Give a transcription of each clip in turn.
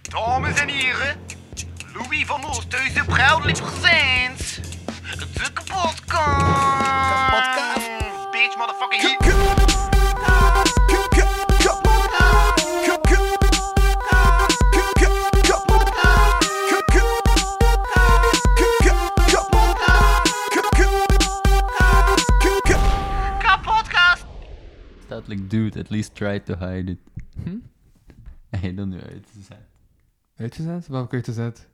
Dames en heren, Louis van Oosthuizen, proudly presents de kapotkast. Kapotkast. Bitch, motherfucker, hier. Kapotkast. Staat like, dude, at least try to hide it. Hij dan nu uitgezet. Uitgezet? Waarom kun je het gezet?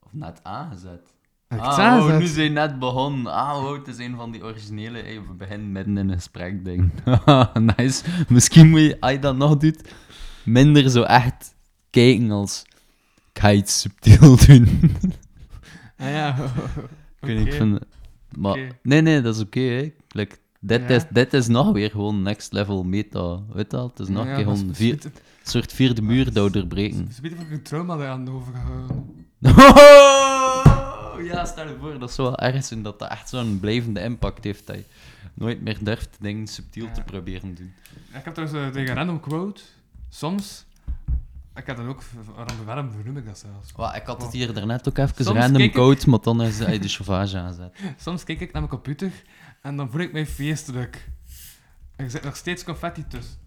Of net aangezet. Heb ik het Ah, wow, nu aangezet? zijn net begonnen. Ah, wow, het is een van die originele. Hey, we beginnen midden in een gesprek, ding. Haha, nice. Misschien moet je, als je dat nog doet, minder zo echt kijken als... Ik ga iets subtiel doen. Ah ja. Ik weet niet, ik vind... Maar... Oké. Nee, nee, dat is oké, hè. Like, dit, Ja. is, dit is nog weer gewoon next level meta. Weet je wel? Het is nog een keer gewoon een vier, soort vierde muur Ah, dat we doorbreken. Ze weten of ik een trauma daar aan overgehouden. Oh, ja, stel je voor, dat is wel ergens en dat dat echt zo'n blijvende impact heeft dat je nooit meer durft dingen subtiel te Ja. proberen doen. Ja, Ik heb trouwens eh, tegen een random quote. Soms. Ik heb dat ook. v- Waarom, waarom noem ik dat zelfs? Wel, ik had het hier daarnet ook even Soms random kijk ik- code, maar dan is hij de chauffage aanzet. Soms kijk ik naar mijn computer en dan voel ik mij feestelijk. En er zit nog steeds confetti tussen.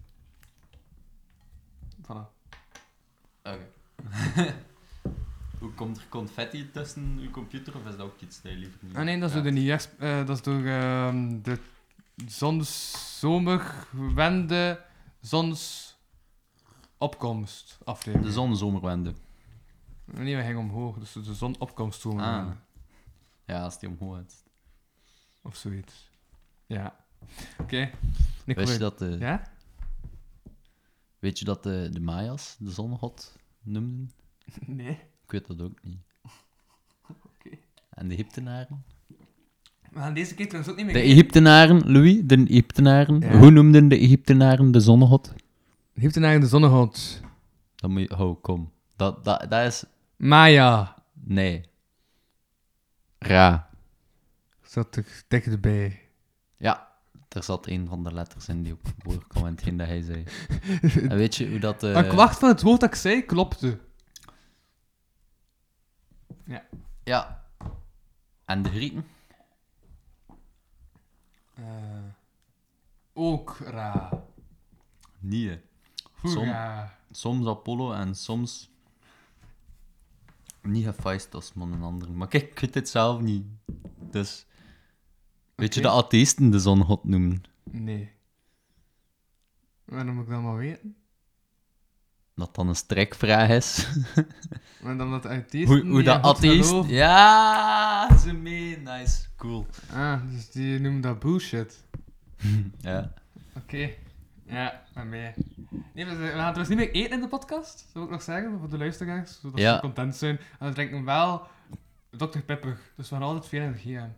Voilà. Oké. Hoe komt er confetti tussen uw computer of is dat ook iets dat je liever niet Ah nee, dat is Ja. door de nieuwjaars... eh, dat is door ehm, de zons... zomerwende zonsopkomst aflevering. De zon zomerwende. Nee, we gingen omhoog, dus de zonopkomst Ah. zomerwende. Ja, als die omhoog is. Of zoiets. Ja. Oké. Ik Weet je wil- dat de, Ja? weet je dat eh, de, de Mayas de zongod noemden? Nee. Ik weet dat ook niet. Oké. En de Egyptenaren? We gaan deze keer trouwens ook niet meer... De Egyptenaren, Louis, de Egyptenaren. Ja. Hoe noemden de Egyptenaren de zonnegod? Heeft een eigen de zonnegod. Dan moet je... Oh, kom. Dat, dat, dat is... Maya. Nee. Ra. Zat er dik erbij. Ja, er zat een van de letters in die op voorkwam en hetgeen dat hij zei. En weet je hoe dat... eh, Een kwart van het woord dat ik zei klopte. Ja. En de Grieken? ook ra. Nee. hè. Hoera. Soms Apollo en soms... Niet Hephaestus, man en ander. Maar kijk, ik weet het zelf niet. Dus... Weet je Oké. dat atheïsten de zonnegod noemen? Nee. Waarom moet ik dat maar weten? Dat dan een strekvraag is. Want omdat atheïsten... Hoe, hoe die dat in God atheïst... geloven- Ja, ze mee. Nice, cool. Ah, dus die noemen dat bullshit. Ja. Oké. Ja, maar mee. Nee, we we gaan trouwens niet meer eten in de podcast, zou ik nog zeggen, voor de luisteraars, zodat Ja. ze content zijn. En we drinken wel Dr. Pepper, dus we gaan altijd veel energie aan.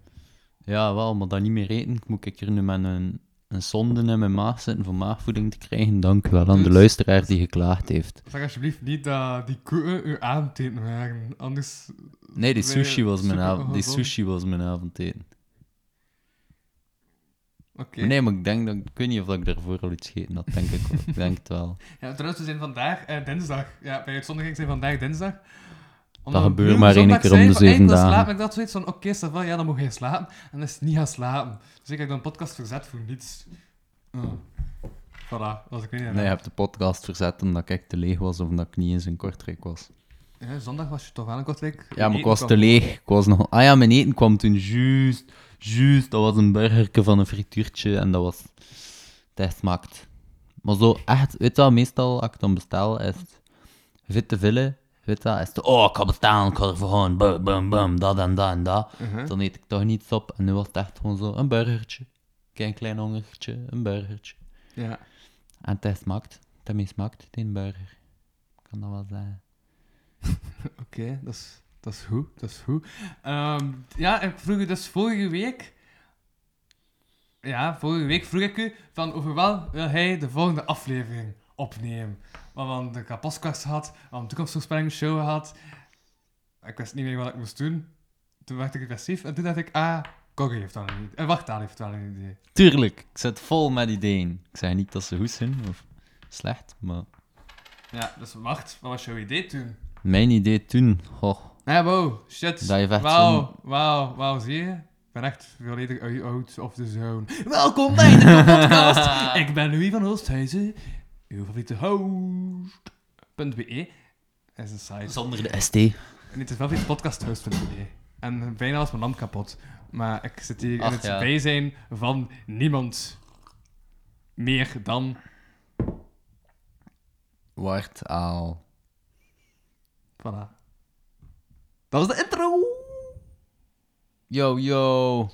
ja, wel, maar dat niet meer eten. Ik Moet ik hier nu met een, een zonde in mijn maag zitten voor maagvoeding te krijgen? Dank u wel aan de Dus- luisteraar die geklaagd heeft. Zeg alsjeblieft niet dat die koeien u aanteken waren, anders... Nee, die Nee, sushi was mijn, super avond, die ongezond. sushi was mijn avondeten. Oké. Maar Nee, maar ik denk dat... Ik weet niet of dat ik daarvoor al iets gegeten had. Denk ik, wel. ik denk het wel. Ja, trouwens, we zijn vandaag eh, dinsdag. Ja, bij uitzondering zijn we vandaag dinsdag. Dat we gebeurt vroeg maar één zondag keer om de zeiden van, hey, ik zeven wil dagen. Slapen, ik dat zoiets van, oké, ça va, ja, dan mocht je slapen. En dan is het niet gaan slapen. Dus ik heb een podcast verzet voor niets. Oh. Voilà, was ik niet aan. Nee, je hebt de podcast verzet omdat ik te leeg was of omdat ik niet eens in Kortrijk was. Ja, zondag was je toch aan een kortrijk. Ja, maar ik Eten was kwam. te leeg. Ik was nog... Ah ja, mijn eten kwam toen juist. Juist, dat was een burgerke van een frituurtje en dat was... Dat smaakt. Maar zo echt, weet je wel, meestal als ik dan bestel, is het fit te vullen. Weet je wel, is het, oh, ik ga bestellen, ik ga ervoor gaan, bum, bum, bum, dat en dat en dat. Dan eet ik toch niets op en nu was het echt gewoon zo, een burgertje. Een klein hongertje, een burgertje. Ja. En het smaakt, het heeft smaakt, die burger. Ik kan dat wel zeggen. Oké, dat is- dat is goed, dat is goed. Ehm, ja, ik vroeg u dus vorige week... Ja, vorige week vroeg ik u van over wel wil hij de volgende aflevering opnemen. Want we hadden de kapotkast gehad, we hadden een toekomstvoorspellingsshow gehad. Ik wist niet meer wat ik moest doen. Toen werd ik depressief en toen dacht ik, ah, Corrie heeft wel een idee. En Wachtaal heeft wel een idee. Tuurlijk, ik zit vol met ideeën. Ik zeg niet dat ze goed zijn of slecht, maar Ja, dus wacht, wat was jouw idee toen? Mijn idee toen, goh, Ja, wow, shit. Dat je echt Wauw, wauw, wauw, zie je? Ik ben echt volledig uit- out of the zone. Welkom bij de podcast. Ik ben Louis van Oosthuizen, uw favoriete host.be. Dat E is een site. zonder de ST. En dit is wel weer podcasthost.be. E. En bijna was mijn lamp kapot. Maar ik zit hier Ach, in het ja. bijzijn van niemand meer dan... Wart al. Voilà. Dat was de intro! Yo, yo.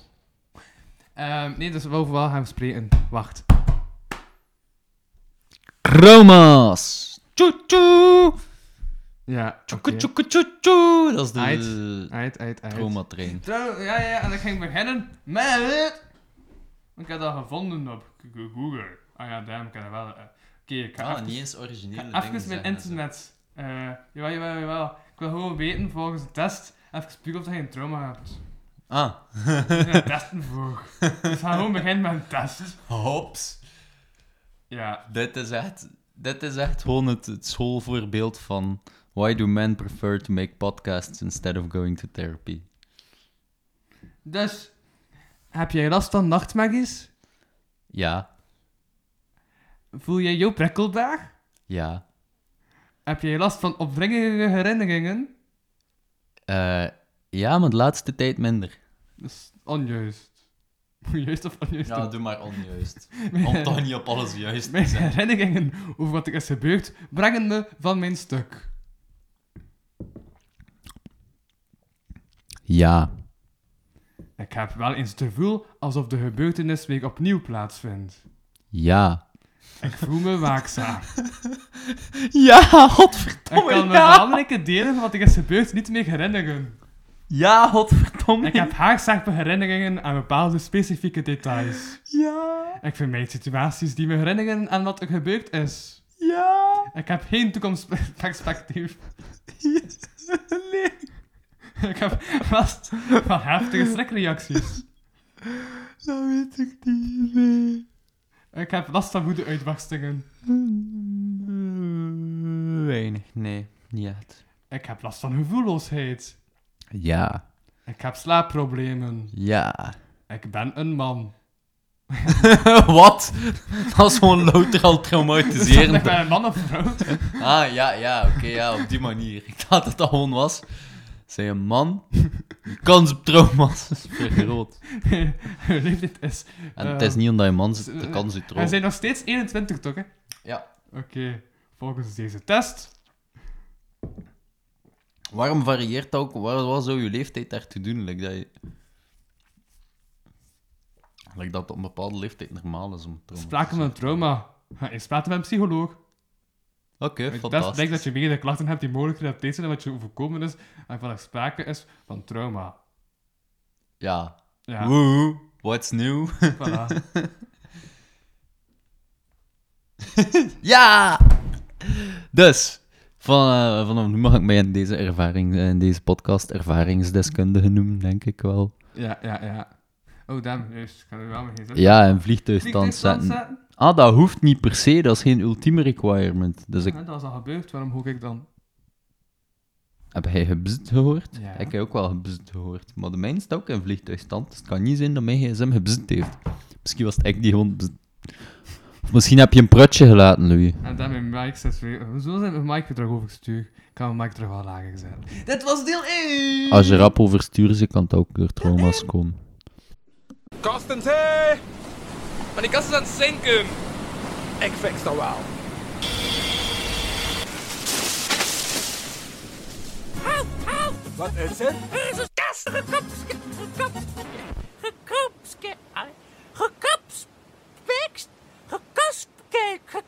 Ehm, nee, dus over wel gaan we spreken. Wacht. Chroma's. Tjoe tjoe. Ja, Tjoeke oké. tjoeke tjoe tjoe. Dat is de Uit. Uit, uit, uit. chromatrain. Trouw- ja, ja, en ik ging beginnen met... Ik heb dat gevonden op Google. Ah ja, damn, ik heb dat wel... eh. Oké, ik ga even- Ah, eens origineel. Ga Even mijn internet. Eh jawel, jawel, jawel. Ik wil gewoon weten volgens de test. Even spiegel of dat je een trauma hebt. Ah. Er zijn testen voor. Dus ga gewoon beginnen met een test. Hops. Ja. Dit is echt, dit is echt gewoon het, het schoolvoorbeeld van... Why do men prefer to make podcasts instead of going to therapy? Dus, heb jij last van nachtmerries? Ja, Voel jij jou prikkelbaar? ja. Heb jij last van opdringerige herinneringen? Eh, ja, maar de laatste tijd minder. Dat is onjuist. Juist of onjuist? doe maar onjuist. Mijn- niet op alles juist Mijn herinneringen over wat er is gebeurd brengen me van mijn stuk. Ja. Ik heb wel eens het gevoel alsof de gebeurtenis weer opnieuw plaatsvindt. Ja. Ik voel me waakzaam. Ja, Ik godverdomme, kan me belangrijke delen van wat er is gebeurd niet meer herinneren. Ja, godverdomme. Ik heb haarscherpe herinneringen aan bepaalde specifieke details. Ja, Ik vermijd situaties die me herinneren aan wat er gebeurd is. ja. Ik heb geen toekomstperspectief. Nee. Ik heb last van heftige schrikreacties. Dat weet ik niet, nee. Ik heb last van woedeuitbarstingen. Weinig, nee. Niet echt. Ik heb last van gevoelloosheid. Ja, Ik heb slaapproblemen. ja. Ik ben een man. Wat? Dat is gewoon louter al Dus dan ben ik traumatiserend. ben een man of vrouw. Ah, ja, ja, oké, ja, op die manier. Ik dacht dat het al gewoon was. Zij een man, je kans op trauma's is vergroot. Leeftijd is. En eh, het is niet omdat je man zit, de kans op We trauma. zijn nog steeds 21, toch? Hè? Ja. Oké, volgens deze test. Waarom varieert dat ook? Waar, wat zou je leeftijd daartoe doen? Like dat, je... like dat het op een bepaalde leeftijd normaal is om trauma Sprake van een trauma. Ga eens praten met een psycholoog. Oké, Het test fantastisch. blijkt dat je meerdere klachten hebt die mogelijk gerelateerd zijn aan wat je overkomen is en van er sprake is van trauma. Ja. Ja, Woe, what's new? voilà. ja! Dus, van, eh, vanaf nu mag ik mij in deze ervaring, eh, in deze podcast, ervaringsdeskundige noemen, denk ik wel. Ja, ja, ja. Oh, damn, juist. Ik ga er wel mee zitten. Ja, en vliegtuigstand zetten. Ah, dat hoeft niet per se, dat is geen ultieme requirement. Dus ik Ja, dat was al gebeurd, waarom hoek ik dan? heb jij gebzd gehoord? Ja. Ik heb ook wel gebzd gehoord. Maar de mijn staat ook in vliegtuigstand, dus het kan niet zijn dat mijn gsm gebzd heeft. Misschien was het ik die gewoon bzd. Of misschien heb je een prutje gelaten, Louis. En dan mijn mic zet weer... Hoezo zijn mijn mic weer terug overgestuurd? Ik kan mijn mic terug wel lager zetten. Dit was deel 1! Als je rap overstuur zit, kan het ook door trauma's komen. Kastens, hé! Maar die kast is aan het zinken. Ik fix dat wel. Help, help. Wat is het? Er is een kast gekopske... gekopske... gekopske... gekopspikst... gekopske...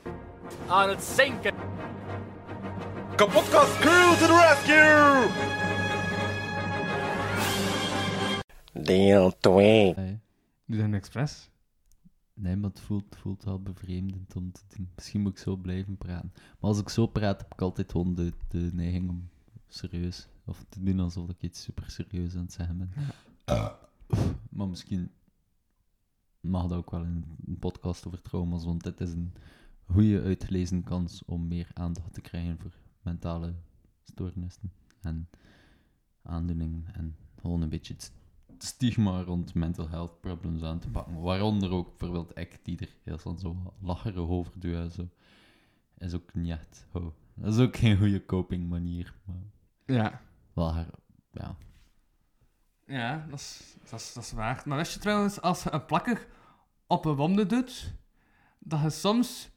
aan het zinken. Kapotkast crew to the rescue! Deel 2. Doe dat nu expres? Nee, maar het voelt, het voelt wel bevreemdend om te doen. Misschien moet ik zo blijven praten. Maar als ik zo praat, heb ik altijd gewoon de, de neiging om serieus... Of te doen alsof ik iets super serieus aan het zeggen ben. Maar misschien mag dat ook wel in een podcast over trauma's, want dit is een goede uitgelezen kans om meer aandacht te krijgen voor mentale stoornissen en aandoeningen en gewoon een beetje het stigma rond mental health problems aan te pakken. Waaronder ook bijvoorbeeld ik, die er heel snel zo lacherig over doe en zo. Is ook niet echt... Oh, dat is ook geen goede coping manier, maar Ja. wel haar... Ja. Ja, dat is, dat, is, dat is waar. Maar wist je trouwens, als je een plakker op een wonde doet, dat je soms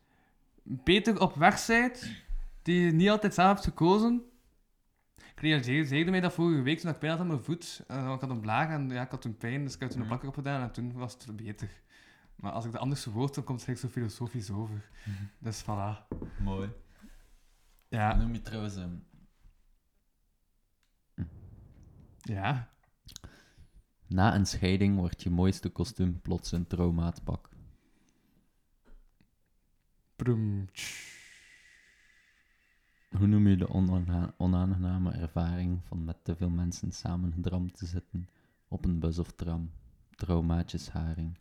beter op weg bent die je niet altijd zelf hebt gekozen? Ik realiseerde mij dat vorige week toen ik pijn had aan mijn voet. En ik had een blaag en ja, ik had toen pijn, dus ik had toen een plakker op gedaan en toen was het beter. Maar als ik de anders woord, dan komt het eigenlijk zo filosofisch over. Dus voilà. Mooi. Ja, Noem je trouwens... ehm, ja. na een scheiding wordt je mooiste kostuum plots een traumaatpak. Broem, tsch. Hoe noem je de onaange- onaangename ervaring van met te veel mensen samen gedramd te zitten op een bus of tram? Traumaatjesharing.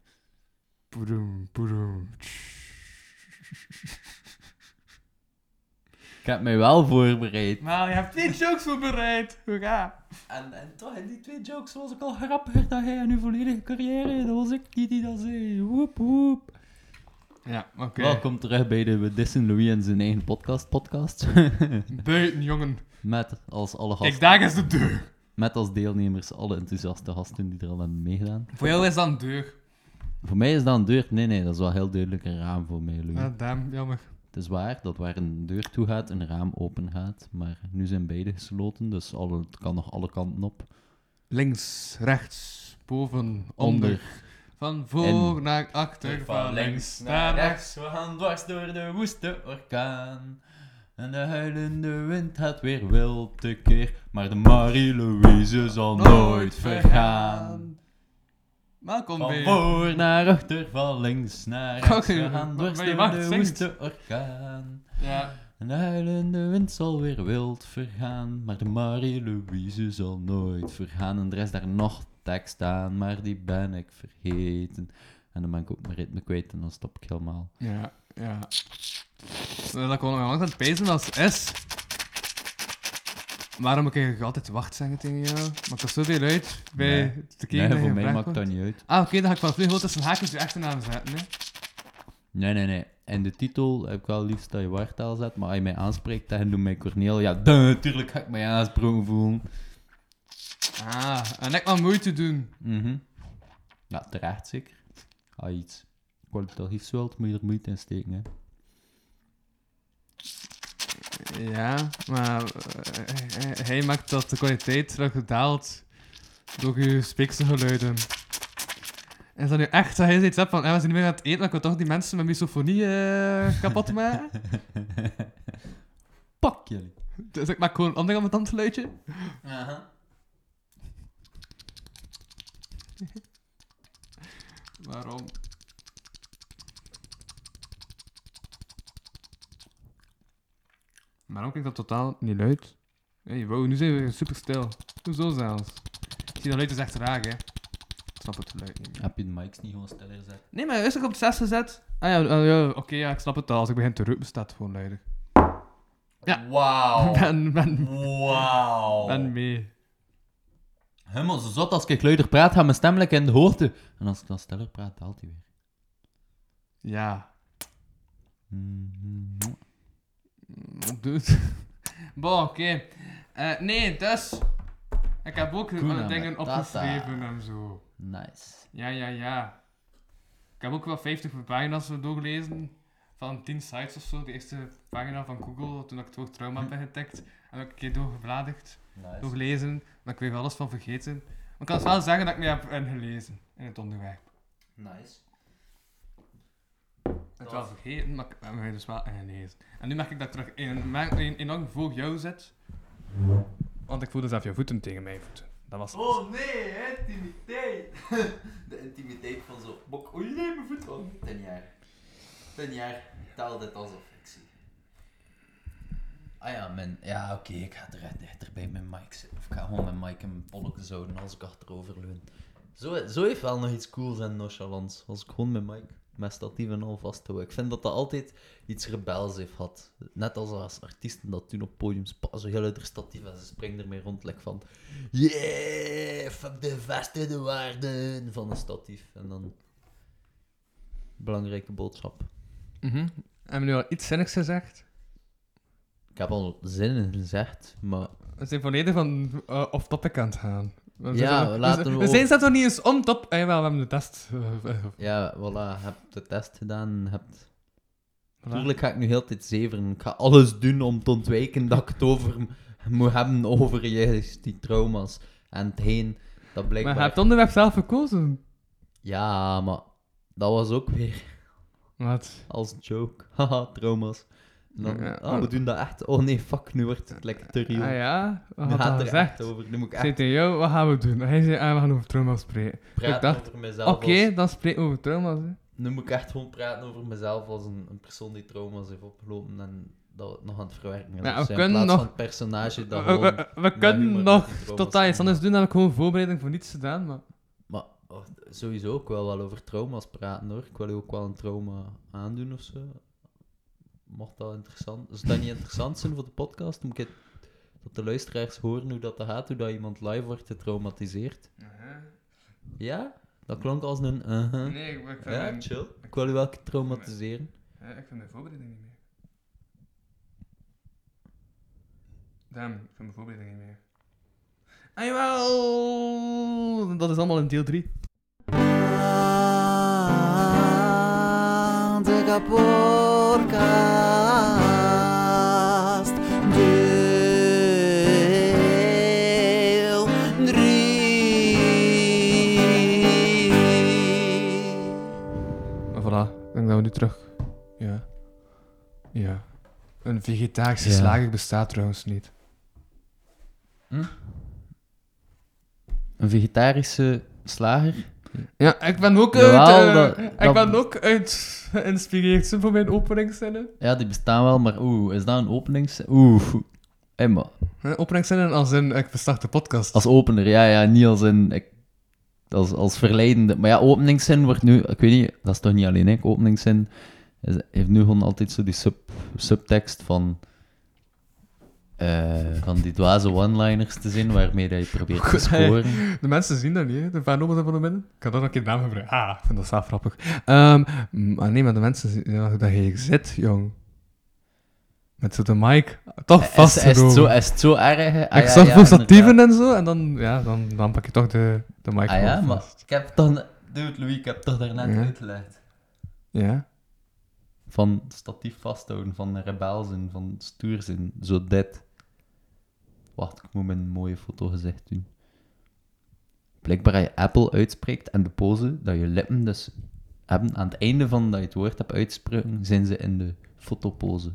Broem, broem, tsch. Ik heb mij wel voorbereid. Maar je hebt niet jokes voorbereid. Hoera. En, en toch, in die twee jokes was ik al grappiger dan jij en uw volledige carrière. Dat was ik niet die dat zei. Woep, woep. Ja, oké. Welkom terug bij de We Dissen Louis en zijn eigen podcast podcast. Buiten, jongen. met, als alle Kijk, gasten, daar is de deur. met als deelnemers alle enthousiaste gasten die er al hebben meegedaan. Voor jou is dat een deur. Voor mij is dat een deur. Nee, nee, dat is wel heel duidelijk een raam voor mij, Louis. Ah, damn, jammer. Het is waar dat waar een deur toe gaat, een raam open gaat. Maar nu zijn beide gesloten, dus alle, het kan nog alle kanten op. Links, rechts, boven, onder. Onder. Van voor In. naar achter, van links naar rechts. we gaan dwars door de woeste orkaan. En de huilende wind gaat weer wild tekeer. Maar de Marie-Louise zal nooit vergaan. Welkom Van bij... voor naar achter, van links naar rechts. We Oké, gaan dwars maar je door mag de zingen. woeste orkaan. Ja. En de huilende wind zal weer wild vergaan, maar de Marie-Louise zal nooit vergaan. En er is daar nog tekst aan, maar die ben ik vergeten. En dan ben ik ook mijn ritme kwijt en dan stop ik helemaal. Ja, ja. Eh, Dat kon nog lang aan het pezen als S. Waarom moet ik eigenlijk altijd wacht zeggen tegen jou? Maakt dat zoveel uit bij Nee. te kijken Nee, naar voor je mij vraag maakt dat wordt? niet uit. Ah, oké, dan ga ik vanaf nu gewoon tussen haakjes je achternaam zetten, hè. Nee, nee, nee. En de titel heb ik wel liefst dat je wartaal zet, maar als je mij aanspreekt, dan doe mij Corneel. Ja, dan natuurlijk ga ik mij aansproken voelen. Ah, en ik maar moeite doen. Mhm. Ja, terecht zeker. Als je iets kwalitatiefs wilt, moet je er moeite in steken. Hè. Ja, maar eh, hij- hij maakt dat de kwaliteit terug gedaald door je speekselgeluiden. Is dat nu echt dat hij iets hebt van, eh, we zijn niet meer aan het eten, maar ik wil toch die mensen met misofonie eh, kapot maken? Pak jullie. dus ik maak gewoon een ander ambetant geluidje. Waarom? Waarom klinkt dat totaal niet luid? Hey, wow, nu zijn we super stil. Hoezo zelfs? Zie, dat luid is echt raar, hè? Ik snap het geluid niet meer. Heb je de mics niet gewoon stiller gezet? Nee, maar is ik op het zes gezet? Ah ja, ah ja oké, ja, ik snap het al. Als ik begin te roepen, staat het gewoon luider. Ja. Wauw. Ben, ben, Wauw. ben mee. Helemaal zo zot als ik luider praat, gaat mijn stemlijk in de hoogte. En als ik dan stiller praat, daalt hij weer. Ja. Mm-hmm. Mhm. Doet. Bon, oké. Eh, nee, dus... Ik heb ook Hakuna alle dingen Matata. opgeschreven en zo. Nice. Ja, ja, ja. Ik heb ook wel 50 pagina's doorgelezen. Van 10 sites of zo. De eerste pagina van Google, toen ik het woord trauma heb ingetikt. En heb ik een keer doorgebladerd, Nice. doorgelezen. Maar ik weet er alles van vergeten. Maar ik kan het wel zeggen dat ik me heb ingelezen in het onderwerp. Nice. Ik heb het wel vergeten, maar ik heb me dus wel ingelezen. En nu merk ik dat ik terug in, merk- in, enorm voor jou zit. Want ik voelde zelf jouw voeten tegen mijn voeten. Dat was Oh nee, intimiteit. De intimiteit van zo'n bok. oh, Oei, nee, mijn voet van. Ten jaar. Ten jaar taal dit als een fictie. Ah ja, men. Ja, oké, ik ga er dichter bij mijn mic zitten. Of ik ga gewoon mijn mic in polletjes houden als ik achterover leun. Zo, zo heeft wel nog iets cools en nonchalants. Als ik gewoon mijn mic met statieven en al vast te houden. Ik vind dat dat altijd iets rebels heeft gehad. Net als als artiesten dat doen op podiums. pa, Zo heel uit haar statief en ze springen ermee rond. Like van, yeah, fuck de vaste waarden van een statief. En dan... Belangrijke boodschap. Hebben we nu al iets zinnigs gezegd? Ik heb al zin in gezegd, maar We zijn volledig van eh off-topic aan het gaan. We Ja, zijn, laten we, we we zijn over- zelfs nog niet eens on-top. Ah, jawel, we hebben de test. eh, eh, ja, voilà, heb de test gedaan. Heb... voilà. Natuurlijk ga ik nu heel de tijd zeveren. Ik ga alles doen om te ontwijken dat ik het over m- moet hebben over juist die trauma's. En hetgeen dat Maar blijkbaar... je hebt het onderwerp zelf gekozen. Ja, maar dat was ook weer Wat? als joke. Haha, trauma's. En dan, Ja. ah, we doen dat echt. Oh nee, fuck, nu wordt het lekker te Ah real. ja, wat Nu had gaat dat het er echt gezegd? over. Nu moet ik Zei echt tegen jou, wat gaan we doen? Hij zei, ah, we gaan over trauma's spreken. praten ik dacht, over mezelf. Oké, als- dan spreken we over trauma's. Hè. nu moet ik echt gewoon praten over mezelf als een, een persoon die trauma's heeft opgelopen en dat we het nog aan het verwerken is. Ja, we Dus in kunnen plaats nog- van het personage dat we, gewoon... we- we met kunnen humor nog met die trauma's totaal iets omgaan. anders doen, dan heb ik gewoon voorbereiding voor niets gedaan. Maar... Maar oh, sowieso, ik wil wel over trauma's praten hoor. Ik wil je ook wel een trauma aandoen of zo. Mocht dat interessant... Als dat niet interessant zijn voor de podcast, moet ik het... Dat de luisteraars horen hoe dat gaat, hoe dat iemand live wordt getraumatiseerd. Uh-huh. Ja? Dat klonk als een... uh-huh. Nee, ik, Ja, chill. Ik wil u wel traumatiseren. ik vind mijn voorbereiding niet meer. Damn, ik vind mijn voorbereiding niet meer. Ah jawel! Dat is allemaal in deel 3. De podcast deel drie. Maar voilà, ik denk dat we nu terug. Ja. Ja. Een vegetarische Ja. slager bestaat trouwens niet. Een vegetarische slager. Ja, ik ben ook uit. Jawel, eh, dat- ik dat- ben ook uit geïnspireerd zo, voor mijn openingszinnen. Ja, die bestaan wel, maar oeh, is dat een openings... Oeh, hey, maar Hè, Openingszinnen als in ik verstart de podcast. als opener, ja, ja, niet als een... Ik, als, als verleidende. Maar ja, openingszin wordt nu... Ik weet niet, dat is toch niet alleen, hè? Openingszin is, heeft nu gewoon altijd zo die sub, subtekst van... eh, van die dwaze one-liners te zien, waarmee dat je probeert te Goed, hè. scoren. De mensen zien dat niet, hè? de fanomen zijn van de binnen. Ik kan dat nog een keer naam gebruiken. Ah, ik vind dat zelf grappig. Ehm, maar nee, maar de mensen zien ja, dat je hier zit, jong. Met zo de mic toch Eh, Is, is, het vastgenomen. zo, is het zo erg? hè? Ah, ik ja, zag ja, voor inderdaad. statieven en zo, en dan, ja, dan, dan pak je toch de, de mic Ah ja, gewoon maar vast. ik heb dan... Dude, Louis, ik heb toch daarnet Ja. uitgelegd. Ja? van statief vasthouden, van rebel zijn, van stoer zijn, zo dit. Wacht, ik moet mijn mooie foto gezicht doen. Blijkbaar als je Apple uitspreekt en de pose dat je lippen dus hebben, aan het einde van dat je het woord hebt uitsproken, zijn ze in de fotopose.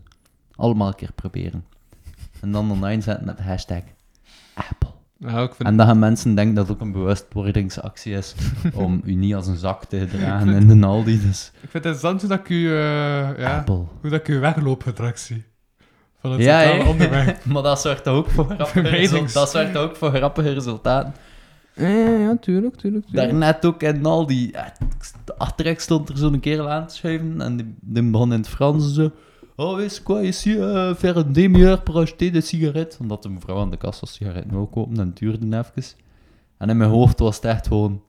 Allemaal een keer proberen. En dan online zetten met de hashtag Apple. Nou, ik vind En dan gaan mensen denken dat het ook een bewustwordingsactie is om u niet als een zak te dragen in de Aldi. Dus Ik vind het interessant hoe dat ik u, eh ja, Apple. hoe dat ik uw wegloopgedrag zie. Van het Ja, centrale hè? onderwerp. Maar dat zorgt ook voor grappige, Vermijdings. result- dat zorgt ook voor grappige resultaten. Ja, ja, ja, tuurlijk, tuurlijk, Daarnet ook in al die... eh, ik st- Achterrechts stond er zo'n kerel aan te schuiven en die, die begon in het Frans zo... Oh, is quoi, ici, uh, faire un demi-heure pour acheter de sigaret. Omdat de mevrouw aan de kassa sigaretten wou kopen en het duurde even. En in mijn hoofd was het echt gewoon...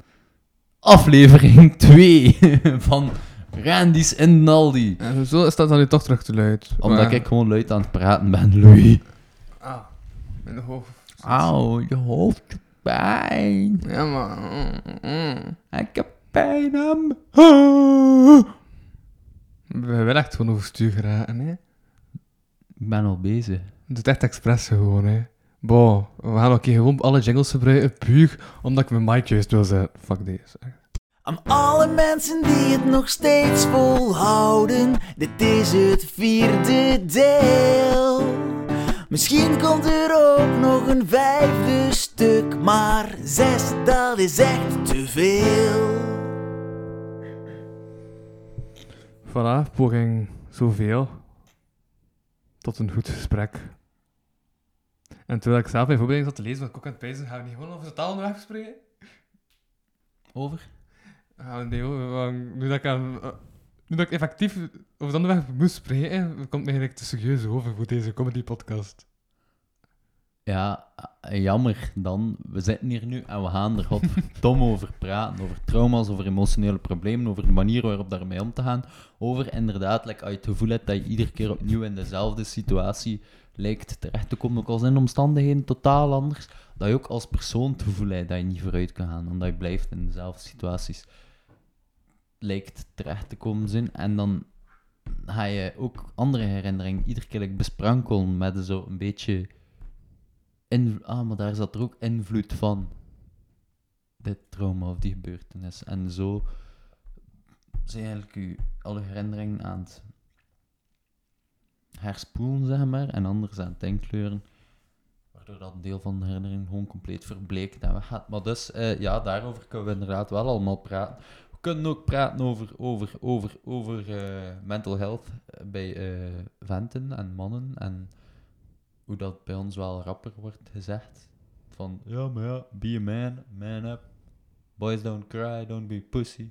Aflevering 2 van Randy's in Aldi. En zo is dat dan nu toch terug te luid. Omdat Maar- ik gewoon luid aan het praten ben, Louis. Ah, in de hoofd. Auw, je hoofd doet pijn. Ja, maar... mm, mm. Ik heb pijn aan mijn We hebben echt gewoon overstuur geraken, hè. Ik ben al bezig. Dat is echt expres gewoon, hè. Bon, we gaan ook hier gewoon alle jingles gebruiken, puur omdat ik mijn mic juist wil zetten. Fuck deze. Aan alle mensen die het nog steeds volhouden, dit is het vierde deel. Misschien komt er ook nog een vijfde stuk, maar zes, dat is echt te veel. Voilà, poging zoveel. Tot een goed gesprek. En terwijl ik zelf mijn voorbereiding zat te lezen, want ik ook aan het pijzen, gaan we niet gewoon over de taal onderweg spreken? Over? Ah, nee hoor, want nu dat ik aan, Nu dat ik effectief over de onderwerp moest spreken, komt mij eigenlijk te serieus over voor deze comedy-podcast. Ja, eh, jammer dan. We zitten hier nu en we gaan er dom over praten. Over trauma's, over emotionele problemen, over de manier waarop daarmee om te gaan. Over inderdaad, like, als je het gevoel hebt dat je iedere keer opnieuw in dezelfde situatie lijkt terecht te komen, ook al zijn de omstandigheden totaal anders, dat je ook als persoon het gevoel hebt dat je niet vooruit kan gaan, omdat je blijft in dezelfde situaties lijkt terecht te komen zijn. En dan ga je ook andere herinneringen iedere keer like, besprankelen met zo een beetje... Inv- ah, maar daar zat er ook invloed van. Dit trauma of die gebeurtenis. En zo zijn eigenlijk u alle herinneringen aan het herspoelen, zeg maar, en anders aan het inkleuren. Waardoor dat een deel van de herinnering gewoon compleet verbleekt en weggaat. Maar dus, eh, ja, daarover kunnen we inderdaad wel allemaal praten. We kunnen ook praten over, over, over, over eh, mental health eh, bij eh, venten en mannen en hoe dat bij ons wel rapper wordt gezegd. Van, ja, maar ja, be a man, man up. Boys don't cry, don't be pussy.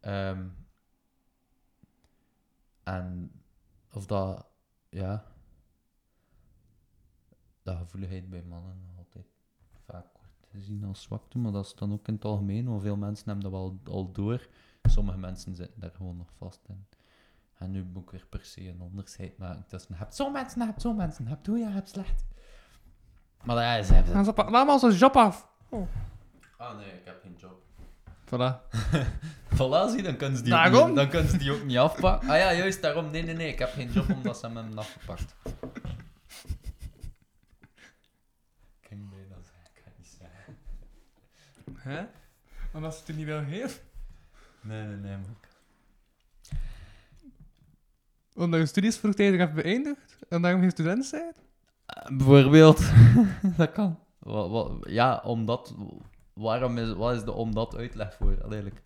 Ehm, en of dat, ja, dat gevoeligheid bij mannen altijd vaak wordt gezien als zwakte, maar dat is dan ook in het algemeen, want veel mensen hebben dat wel al door. Sommige mensen zitten daar gewoon nog vast in. En nu moet ik weer per se een onderscheid maken tussen heb zo mensen, heb zo mensen, heb doe je, heb slecht. Maar dat is even. ze pakken allemaal zijn job af. Ah nee, ik heb geen job. Voilà. Voilà, zie, dan kunnen ze die, ook Daarom? niet- dan kunnen ze die ook niet afpakken. Ah ja, juist, daarom. Nee, nee, nee, ik heb geen job omdat ze hem hebben afgepakt. Ik ging bijna zeggen, ik ga het niet zeggen. Hè? Maar als het er niet wel heeft. Nee, nee, nee, maar Omdat je studies vroegtijdig hebt beëindigd en daarom geen student zijn. Eh, Bijvoorbeeld, dat kan. Wa- wa- ja, omdat. Waarom is, wat is de omdat uitleg voor? Eigenlijk.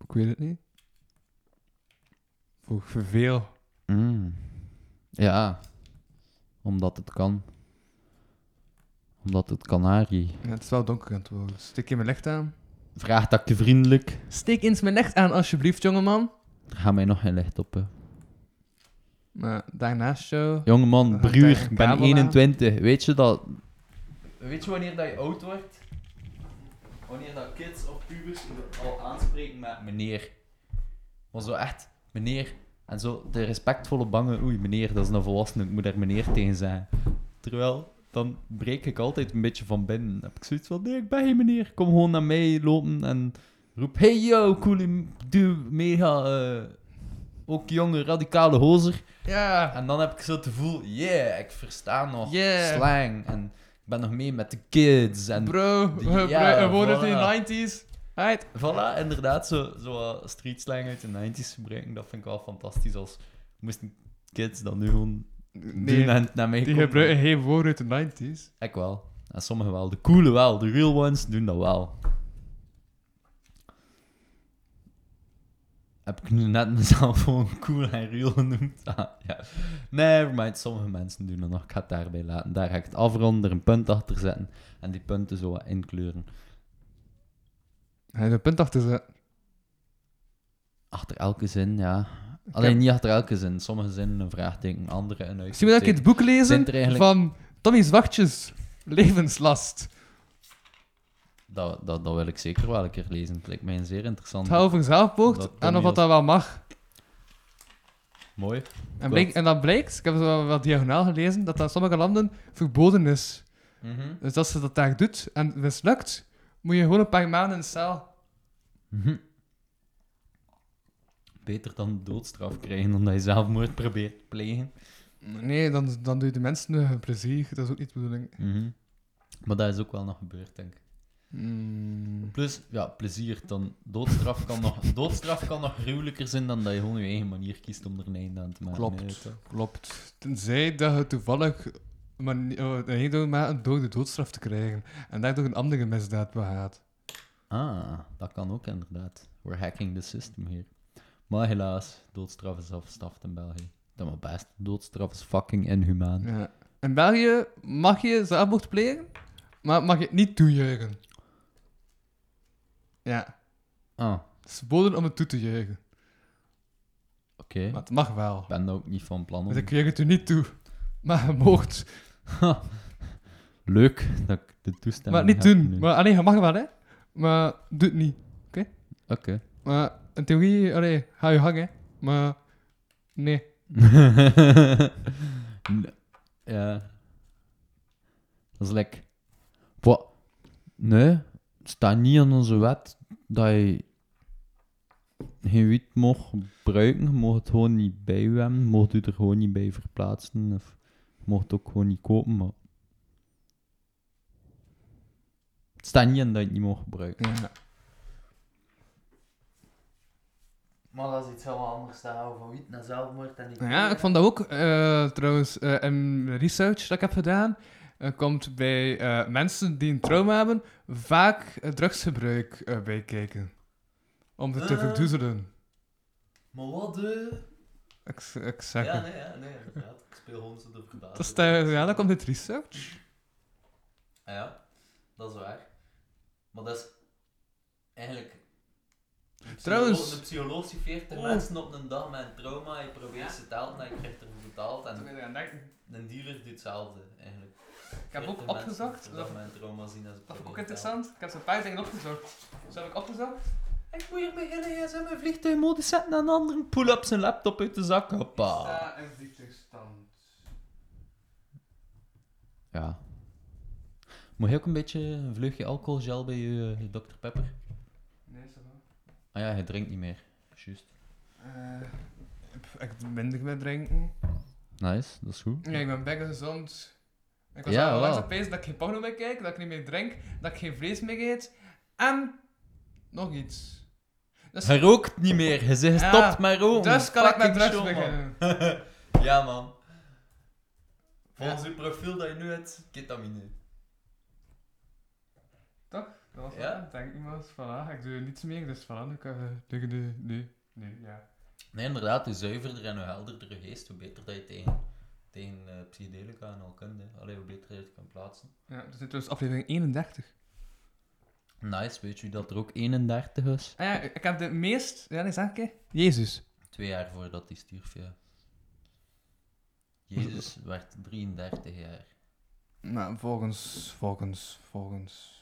Ik weet het niet. Voor voor veel. Mm. Ja, omdat het kan. Omdat het kanarie. Ja, het is wel donker aan het worden. Steek in mijn licht aan. Vraagt dat ik te vriendelijk. Steek eens mijn licht aan, alsjeblieft, jongeman. Er gaat mij nog geen licht op. Hè. Maar daarnaast jou. Jongeman, Dan hangt broer, daar een ik ben kabel aan. 21. Weet je dat. Weet je wanneer dat je oud wordt? Wanneer dat kids of pubers je al aanspreken met meneer. Maar zo echt, meneer. En zo de respectvolle bange, oei meneer, dat is een volwassene, ik moet daar meneer tegen zijn. Terwijl, dan breek ik altijd een beetje van binnen. Dan heb ik zoiets van, nee, ik ben geen meneer. Kom gewoon naar mij lopen en roep, hey yo, coolie, dude, mega, eh, ook jonge, radicale hozer. Ja. En dan heb ik zo het gevoel, yeah, ik versta nog Yeah. slang. En ik ben nog mee met de kids. En Bro, we Die- gebruiken ja, woorden voilà. uit de 90s. Right. voilà, inderdaad, zo, zo wat street slang uit de 90s gebruiken, dat vind ik wel fantastisch. Als moesten kids dan nu gewoon doen en naar mij die komen. gebruiken geen woorden uit de 90s. Ik wel. En sommigen wel. De coole wel. De real ones doen dat wel. Heb ik nu net mezelf gewoon cool en real genoemd? Ah, ja. Nee, maar sommige mensen doen dat nog. Ik ga het daarbij laten. Daar ga ik het afronden, er een punt achter zetten en die punten zo wat inkleuren. Hij heeft een punt achter zetten. Achter elke zin, ja. Alleen niet achter elke zin. Sommige zinnen een vraagteken, andere een uitroepteken. Zien we dat ik het boek lezen Zijn er eigenlijk- van Tommy Zwartjes, Levenslast. dat, dat, dat wil ik zeker wel een keer lezen. Het lijkt mij een zeer interessant. Het gaat over zelfmoord Dat en Tommy of dat, als- dat wel mag. Mooi. En, bleek, en dat blijkt, ik heb wel wat diagonaal gelezen, dat dat in sommige landen verboden is. Mhm. Dus als ze dat daar doet en het mislukt, moet je gewoon een paar maanden in de cel. Mhm. Beter dan doodstraf krijgen dan dat je zelfmoord probeert te plegen. Nee, dan, dan doe je de mensen een plezier. Dat is ook niet de bedoeling. Mhm. Maar dat is ook wel nog gebeurd, denk ik. Mm. Plus, ja, plezier dan. Doodstraf kan nog, doodstraf kan nog gruwelijker zijn dan dat je gewoon je eigen manier kiest om er een einde aan te maken. Klopt. Nee, weet je. Klopt. Tenzij dat je toevallig man- eh, een reden maakt door de doodstraf te krijgen en daardoor een andere misdaad begaat. Ah, dat kan ook inderdaad. We're hacking the system hier. Maar helaas, doodstraf is afgestaft in België. Dat maar best. Doodstraf is fucking inhumaan. Ja. In België mag je zelfmoord plegen, maar mag je het niet toejuichen. Ja. Ah, Het is verboden om het toe te juichen. Oké, Maar het mag wel. ik ben daar ook niet van plan om. Dus ik kreeg het u niet toe. Maar je mocht. Leuk dat ik de toestemming Maar niet heb doen. nu. Maar, allee, je mag wel, hè. Maar doe het niet. Oké. Maar in theorie, allee, ga je hangen. Maar nee. Nee. ja. Dat is lekker. Wat? Nee, het staat niet in onze wet dat je geen wiet mag gebruiken. Je mag het gewoon niet bij je hebben. Je mag het er gewoon niet bij verplaatsen. Of je mag het ook gewoon niet kopen, maar... Het staat niet in dat je het niet mag gebruiken. Ja. Maar dat is iets helemaal anders. Dat houden van wiet naar zelfmoord en niet. Nou Ja, ik vond dat ook eh, trouwens eh, in research dat ik heb gedaan. eh, komt bij eh, mensen die een trauma hebben vaak eh, drugsgebruik eh, bij kijken. Om het te Eh. verdoezelen. Maar wat de... Ex- Exact. Ja, nee, ja, nee, inderdaad. Ik speel gewoon zo de gedaan. dat, is daar- ja, dat komt uit research. Ah Ja, dat is waar. Maar dat is eigenlijk. Een psycholoog- Trouwens- Een psycholoog die 40 Oh. mensen op een dag met een trauma. Je probeert ze te helpen en je krijgt er betaald. En een dealer doet hetzelfde eigenlijk. Ik heb ook opgezocht. Dat Dat mijn trauma zien als vond ik ook interessant. Ik heb zo'n paar dingen opgezocht. Dus heb ik opgezocht. Ik moet hier mijn hele gsm in vliegtuigmodus zetten en een andere pull up zijn laptop uit de zak. Hoppa. Insta en vliegtuigstand. Ja. Moet je ook een beetje een vleugje alcoholgel bij je eh, Dr. Pepper? Nee, is dat wel? Ah ja, hij drinkt niet meer. Juist. Eh, ik heb echt minder meer drinken. Nice, dat is goed. Ja, ik ben bijna gezond. Ik was Ja, al langs wel. opeens dat ik geen porno meer kijk, dat ik niet meer drink, dat ik geen vlees meer eet. En nog iets. Dus, Hij rookt niet meer, hij is gestopt Ja, met roken. dus kan ik met Fucking drugs show, man. beginnen. Ja, man. Volgens uw profiel dat je nu hebt, ketamine. Toch? Dat was Ja. ja. denk ik was, voilà, ik doe niets meer, dus voilà, ik kan nu, nu, nu, nu, ja. Nee, inderdaad, hoe zuiverder en hoe helderder je geest, hoe beter dat je tegen, tegen eh, psychedelica en al kunt. hè. Allee, hoe beter je het kan plaatsen. Ja, dus dit was aflevering 31. Nice, weet je dat er ook 31 is? Ah ja, ik heb de meest, ja, nee, zeg ik, hè. Jezus. Twee jaar voordat hij stierf, ja. Jezus werd 33 jaar. Nou, volgens, volgens, volgens.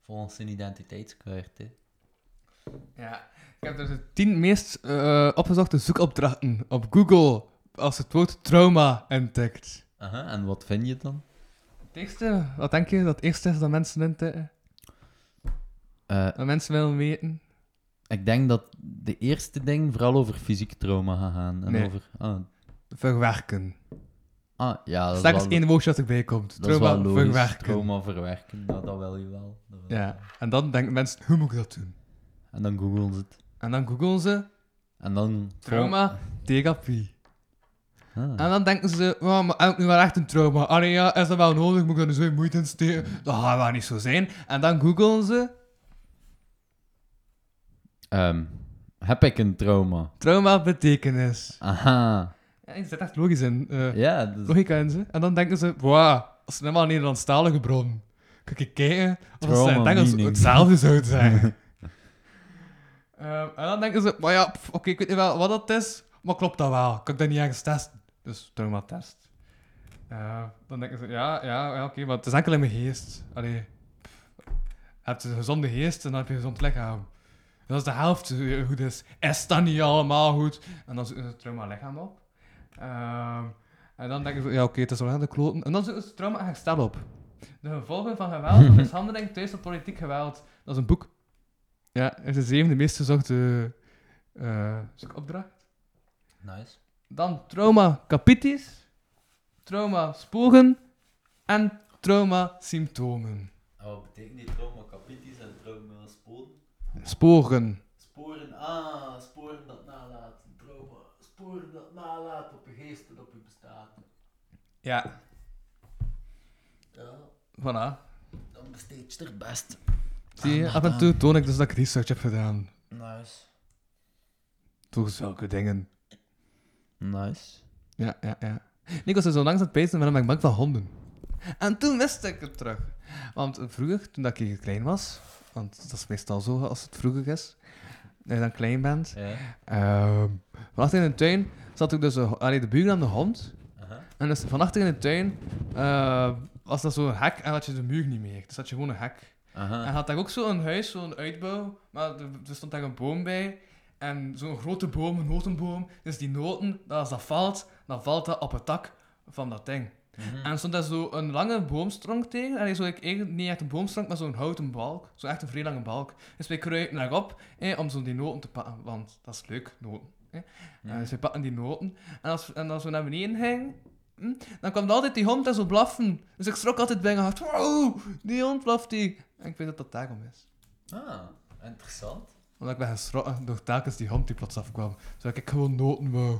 Volgens zijn identiteitskaart, hè. Ja, ik heb dus de 10 meest eh, opgezochte zoekopdrachten op Google als het woord trauma intikt. Aha, en wat vind je dan? Het eerste, wat denk je dat het eerste is dat mensen intikken? Eh, Dat mensen willen weten? ik denk dat de eerste ding vooral over fysiek trauma gaat gaan. En Nee. over... Ah, Verwerken. ah, ja, dat Straks is wel, één woordje dat erbij komt. dat is wel Trauma, logisch. verwerken. Trauma verwerken, dat, dat wil je wel. dat wil je Ja, wel. en dan denken mensen, hoe moet ik dat doen? En dan googelen ze het. En dan googlen ze En dan... trauma, therapie. Ah. En dan denken ze, oh, maar heb ik nu wel echt een trauma? Allee, ja, is dat wel nodig? Moet ik er zo moeite in steken? Dat gaat wel niet zo zijn. En dan googlen ze Ehm, heb ik een trauma? trauma betekenis. Aha. Ja, er zit echt logisch in. eh, Ja, dat is... Logica in ze. En dan denken ze, wauw, als ze helemaal een Nederlandstalige bron. Kan ik kijken of dat ze in Trauma het Engels meaning. hetzelfde zou zijn. Ehm, en dan denken ze, maar ja, pff, oké, ik weet niet wel wat dat is, maar klopt dat wel? Kan ik dat niet ergens testen? Dus trauma test. Eh, dan denken ze, ja, ja, ja oké, maar het is enkel in mijn geest. Allee, pff, je hebt een gezonde geest en dan heb je een gezond lichaam. Dat is de helft eh, goed is. Is dat niet allemaal goed? En dan zoeken ze het trauma lichaam op. Ehm, en dan denken ze, ja oké, het is wel aan de kloten. En dan zoeken ze het trauma en herstel op. De gevolgen van geweld en mishandeling thuis tot politiek geweld. Dat is een boek. Ja, het is de zevende meest gezochte eh, zoekopdracht. Nice. Dan trauma capitis, trauma sporen en trauma symptomen. En wat betekent die trauma kapitis en trauma sporen? Sporen. Sporen, ah, sporen dat nalaten, trauma. Sporen dat nalaten op je geest en op je bestaan. Ja. Ja, Voilà. dan besteed je er best. Ah, Zie je, af en toe toon ik dus dat ik research heb gedaan. Nice. Door zulke dingen. Nice. Ja, ja, ja. Ik was er zo langs aan het pezen en ben ik bang van honden. En toen wist ik het terug. Want vroeger, toen dat ik hier klein was, want dat is meestal zo als het vroeger is, dat je dan klein bent. Ja. Ehm vannacht in de tuin zat ook dus een, ho- allee, de buurman de hond. En dus vannacht in de tuin eh, was dat zo'n hek en had je de muur niet meer. Dus had je gewoon een hek. En Aha. had daar ook zo'n huis, zo'n uitbouw, maar er, er stond daar een boom bij. En zo'n grote boom, een notenboom. Dus die noten, dat als dat valt, dan valt dat op het dak van dat ding. En er stond daar zo'n lange boomstronk tegen. En zo, like, eigenlijk niet echt een boomstronk, maar zo'n houten balk. Zo'n echt een vrij lange balk. Dus wij kruipen daarop eh, om zo die noten te pakken, want dat is leuk, noten. Eh. En dus wij pakken die noten. En als, en als we naar beneden gingen, hm, dan kwam er altijd die hond en zo blaffen. Dus ik schrok altijd bij en dacht, wow, die hond blaft die. En ik weet dat dat daarom is. Ah, interessant. Omdat ik ben geschrokken door telkens die hond die plots afkwam. Zodat ik gewoon noten wou.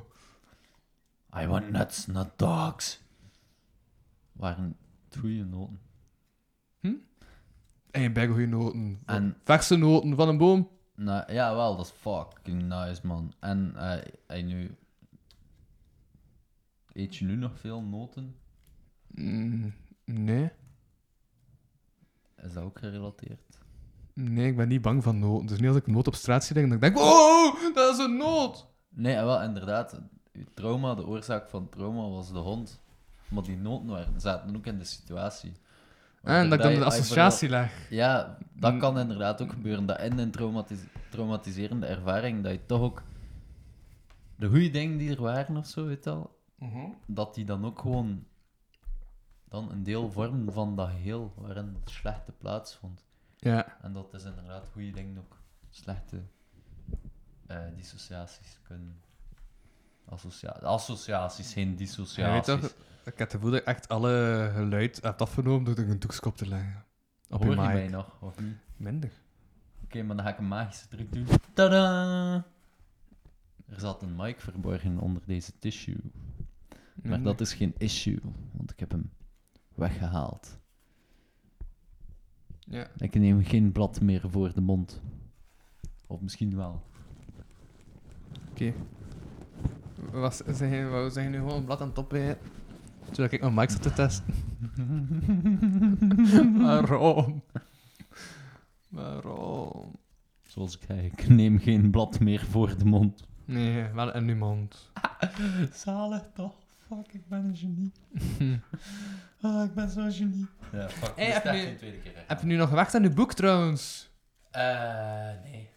I want nuts, not dogs. Waren goede noten. En je bent goede noten. En- Verse noten van een boom. Nou, ja, wel, dat is fucking nice, man. En eh, hij nu... Eet je nu nog veel noten? Mm, nee. Is dat ook gerelateerd? Nee, ik ben niet bang van noten. Dus niet als ik een noot op straat zie liggen, dan denk ik, wow, dat is een noot. Nee, eh, wel, inderdaad. Uw trauma, de oorzaak van het trauma was de hond. Maar die noten waren, zaten ook in de situatie. Want En dat ik dan doordat de je- associatie leg. Ja, dat Mm. kan inderdaad ook gebeuren. Dat in een traumatis- traumatiserende ervaring, dat je toch ook de goede dingen die er waren of zo, weet je wel, Mhm. dat die dan ook gewoon dan een deel vormen van dat geheel waarin het slechte plaatsvond. Ja. En dat is inderdaad goede dingen ook slechte eh, dissociaties kunnen. Associa associaties, geen Ja, weet dissociaties. toch, ik heb het gevoel dat ik echt alle geluid heb afgenomen door er een doekskop te leggen. Op Hoor je je mic. mij nog, of niet? Minder. Oké, maar dan ga ik een magische truc doen. Tadaa! Er zat een mic verborgen onder deze tissue. Maar dat is geen issue, want ik heb hem weggehaald. Ja. Ik neem geen blad meer voor de mond. Of misschien wel. Oké. Was Zijn je- wou- zijn je nu gewoon een blad aan het opeten? Zodat ik mijn mic zat te testen. Waarom? Waarom? Zoals ik zei, ik neem geen blad meer voor de mond. Nee, wel in uw mond. Zalig toch? Fuck, ik ben een genie. ah, ik ben zo'n genie. Ja, fuck. Hey, dit is heb echt je- geen tweede keer. Heb je nu nog gewacht aan uw boek trouwens? Eh, nee.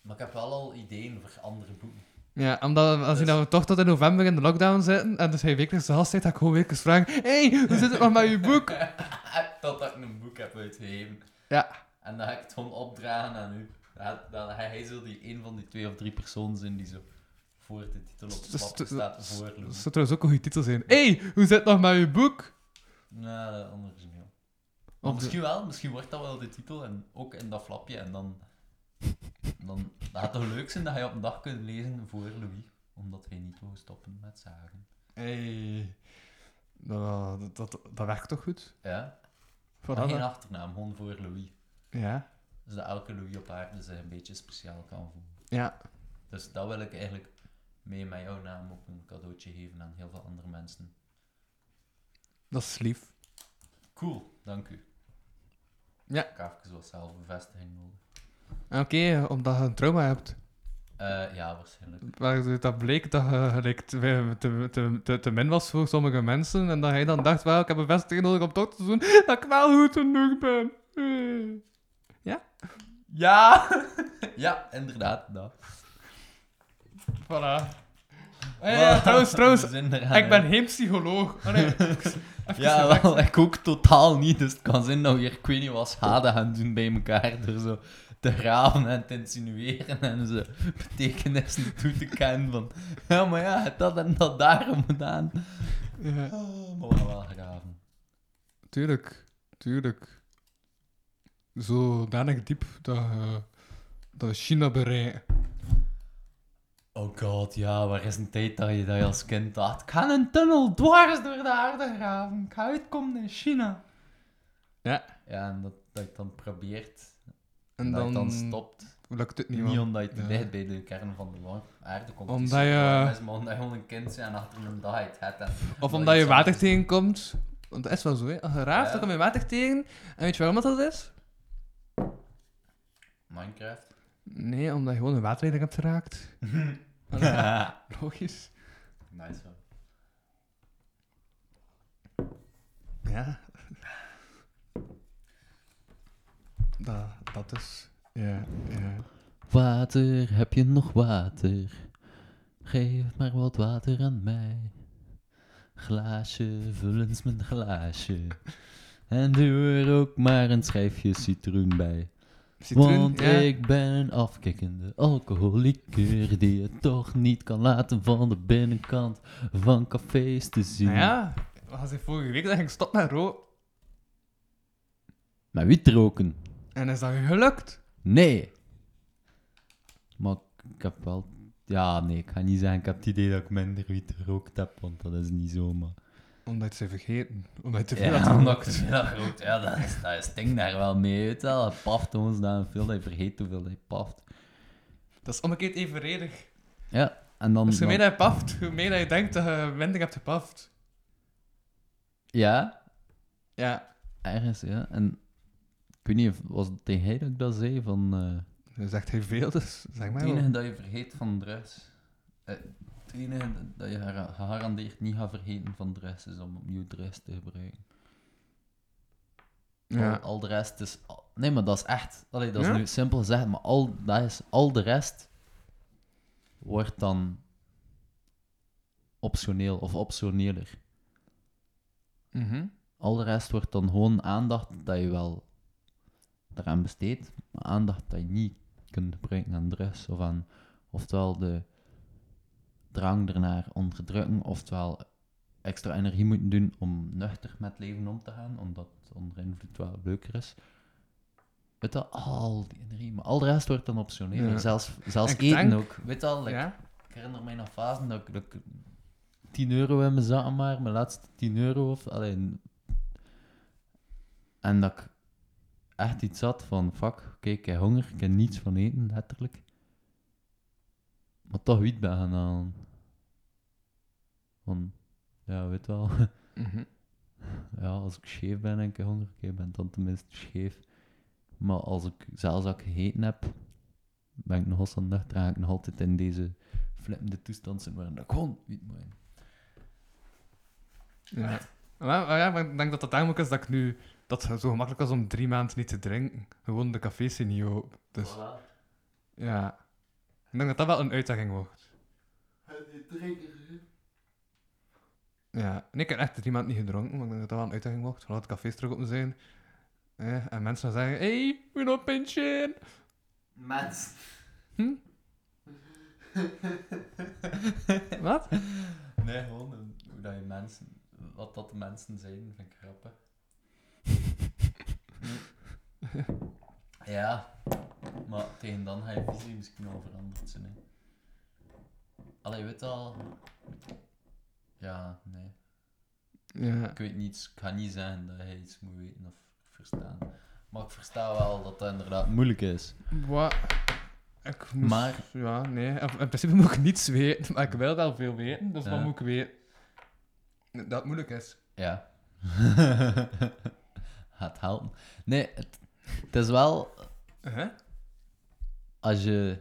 Maar ik heb wel al ideeën voor andere boeken. Ja, omdat als je Dus- dan toch tot in november in de lockdown zitten en dus hij wekelijks de gast heeft, ga ik gewoon wekelijks vragen: Hé, hey, hoe zit het nog met je boek? Totdat ik een boek heb uitgegeven. Ja. En dan ga ik het gewoon opdragen aan u. Dan, dan, hij, hij zal die een van die twee of drie personen zijn die zo voor de titel op het Dus- papier staat voorlopen. Dat zou trouwens ook een goede titel zijn: Hé, hey, hoe zit het nog met je boek? Nou, dat andere is niet. wel. Of Maar de- misschien wel, misschien wordt dat wel de titel en ook in dat flapje. En dan, dan dat gaat het toch leuk zijn dat hij op een dag kunt lezen voor Louis, omdat hij niet wou stoppen met zagen. Hey. Dat, dat, dat, dat werkt toch goed? Ja, Voor maar geen alle- achternaam, gewoon voor Louis. Ja. Dus dat elke Louis op aarde zich een beetje speciaal kan voelen. Ja. Dus dat wil ik eigenlijk mee met jouw naam ook een cadeautje geven aan heel veel andere mensen. Dat is lief. Cool, dank u. Ja. Ik heb even wat zelfbevestiging nodig. En Oké, omdat je een trauma hebt. Eh, ja, waarschijnlijk. Maar dat bleek dat je gelijk te, te, te, te, te min was voor sommige mensen. En dat hij dan dacht, wel, ik heb een vestiging nodig om toch te doen dat ik wel goed genoeg ben. Eh. Ja! ja, inderdaad, dat. Voilà. Eh, ja, trouwens, trouwens. We zijn eraan, Ik ben hè. geen psycholoog. Oh, nee. Even Ja, weg. wel, ik ook totaal niet. Dus het kan zijn dat we hier, ik weet niet wat schade gaan doen bij elkaar. Door zo te graven en te insinueren en zo betekenissen toe te kennen. Van, ja, maar ja, het dat en dat daarom gedaan. Ja. Oh, maar we gaan wel graven. Tuurlijk, tuurlijk. Zodanig diep dat, eh, dat China bereikt. Oh god, ja, waar is een tijd dat je dat je als kind dacht? Ik ga een tunnel dwars door de aarde graven. Ik ga uitkomen in China. Ja. Ja, en dat, dat je het dan probeert. En dat dan, je dan stopt. lukt het niet. Niet man. omdat je te Ja. dicht bij de kern van de la- aarde komt. Omdat Het is je- gewoon best, Maar omdat je gewoon een kind bent en achter een dag het hebt. en- Of en omdat je iets water anders- tegenkomt. Want dat is wel zo, hè. Als je raaft, Ja. dan kom je water tegen. En weet je waarom dat dat is? Minecraft. Nee, omdat je gewoon een waterleiding hebt geraakt. Ja, Logisch. Nice one. Ja. Dat, dat is... Ja, ja. Water, heb je nog water? Geef maar wat water aan mij. Glaasje, vul eens mijn glaasje. En doe er ook maar een schijfje citroen bij. Citroen, Want ja. ik ben een afkikkende alcoholieker die het toch niet kan laten van de binnenkant van cafés te zien. Nou ja, als ik vorige week dat ik stop met roken. Maar wiet roken? En is dat gelukt? Nee. Maar ik heb wel... Ja, nee, ik ga niet zeggen, ik heb het idee dat ik minder wiet gerookt heb, want dat is niet zo, maar... Omdat ze vergeten. Omdat je te veel had Ja, omdat ik gerookt. te veel gerookt Ja, dat, is, dat stinkt daar wel mee. Weet je wel, dat paft ons dan veel. Hij vergeet hoeveel hij paft. Dat is omgekeerd evenredig. Ja, en dan... Dus hoe meer dan- dat je paft, hoe meer dat je denkt dat je minder hebt gepaft. ja, Ja. ergens, ja. En ik weet niet, of- was het tegen hij dat ik dat zei? Van, eh, Dat zegt heel veel, dus zeg maar. het enige dat je vergeet van drugs... eh, het enige dat je gera- gegarandeerd niet gaat vergeten van drugs is om opnieuw drugs te gebruiken. Al, al de rest is... al- Nee, maar dat is echt... Allee, dat is Ja? nu simpel gezegd, maar al, dat is, al de rest wordt dan optioneel of optioneler. Mhm. Al de rest wordt dan gewoon aandacht dat je wel eraan besteedt, maar aandacht dat je niet kunt gebruiken aan drugs of aan... Oftewel de drang ernaar onderdrukken, oftewel extra energie moeten doen om nuchter met het leven om te gaan, omdat onder invloed wel leuker is. Weet je, al die energie, maar al de rest wordt dan optioneel. Ja. Zelfs, zelfs Ik eten denk- ook. Weet je al, like, Ja? ik herinner mij nog fasen dat ik, dat ik 10 euro in mijn zakken maar, mijn laatste 10 euro of alleen. En dat ik echt iets had van: fuck, oké, ik heb honger, ik heb niets van eten, letterlijk. Maar toch wiet ben gaan halen. Van, ja, weet wel. Mhm. Ja, als ik scheef ben en ik heb honger, oké, ik ben dan tenminste scheef. Maar als ik, zelfs als ik gegeten heb, ben ik nog altijd nuchter en ga ik nog altijd in deze flippende toestand zitten waarin ik gewoon niet moet. Ja. Maar, maar ja, maar ik denk dat dat daarom ook is dat ik nu... Dat het zo gemakkelijk was om drie maanden niet te drinken. Gewoon de cafés zijn niet open. Dus ja. Ik denk dat dat wel een uitdaging wordt. Ja. En ik heb echt drie maanden niet gedronken, maar ik denk dat dat wel een uitdaging wordt. Vooral dat de cafés terug open zijn. Ja, en mensen dan zeggen, hey, we nog pintje Mens. Hm? Wat? Nee, gewoon eh, hoe dat je mensen, wat dat de mensen zijn, vind ik grappig. ja, maar tegen dan ga je visie misschien al veranderd zijn. Hè. Allee, weet al. Ja, nee. Ja. Ik weet niet, ik ga niet zeggen dat hij iets moet weten of verstaan. Maar ik versta wel dat dat inderdaad moeilijk is. Wat? Ik moest... Maar- Ja, nee. In in principe moet ik niets weten, maar ik wil wel veel weten. Dus Ja. wat moet ik weten? Dat het moeilijk is. Ja. Gaat helpen. Nee, het, het is wel Hè? als je,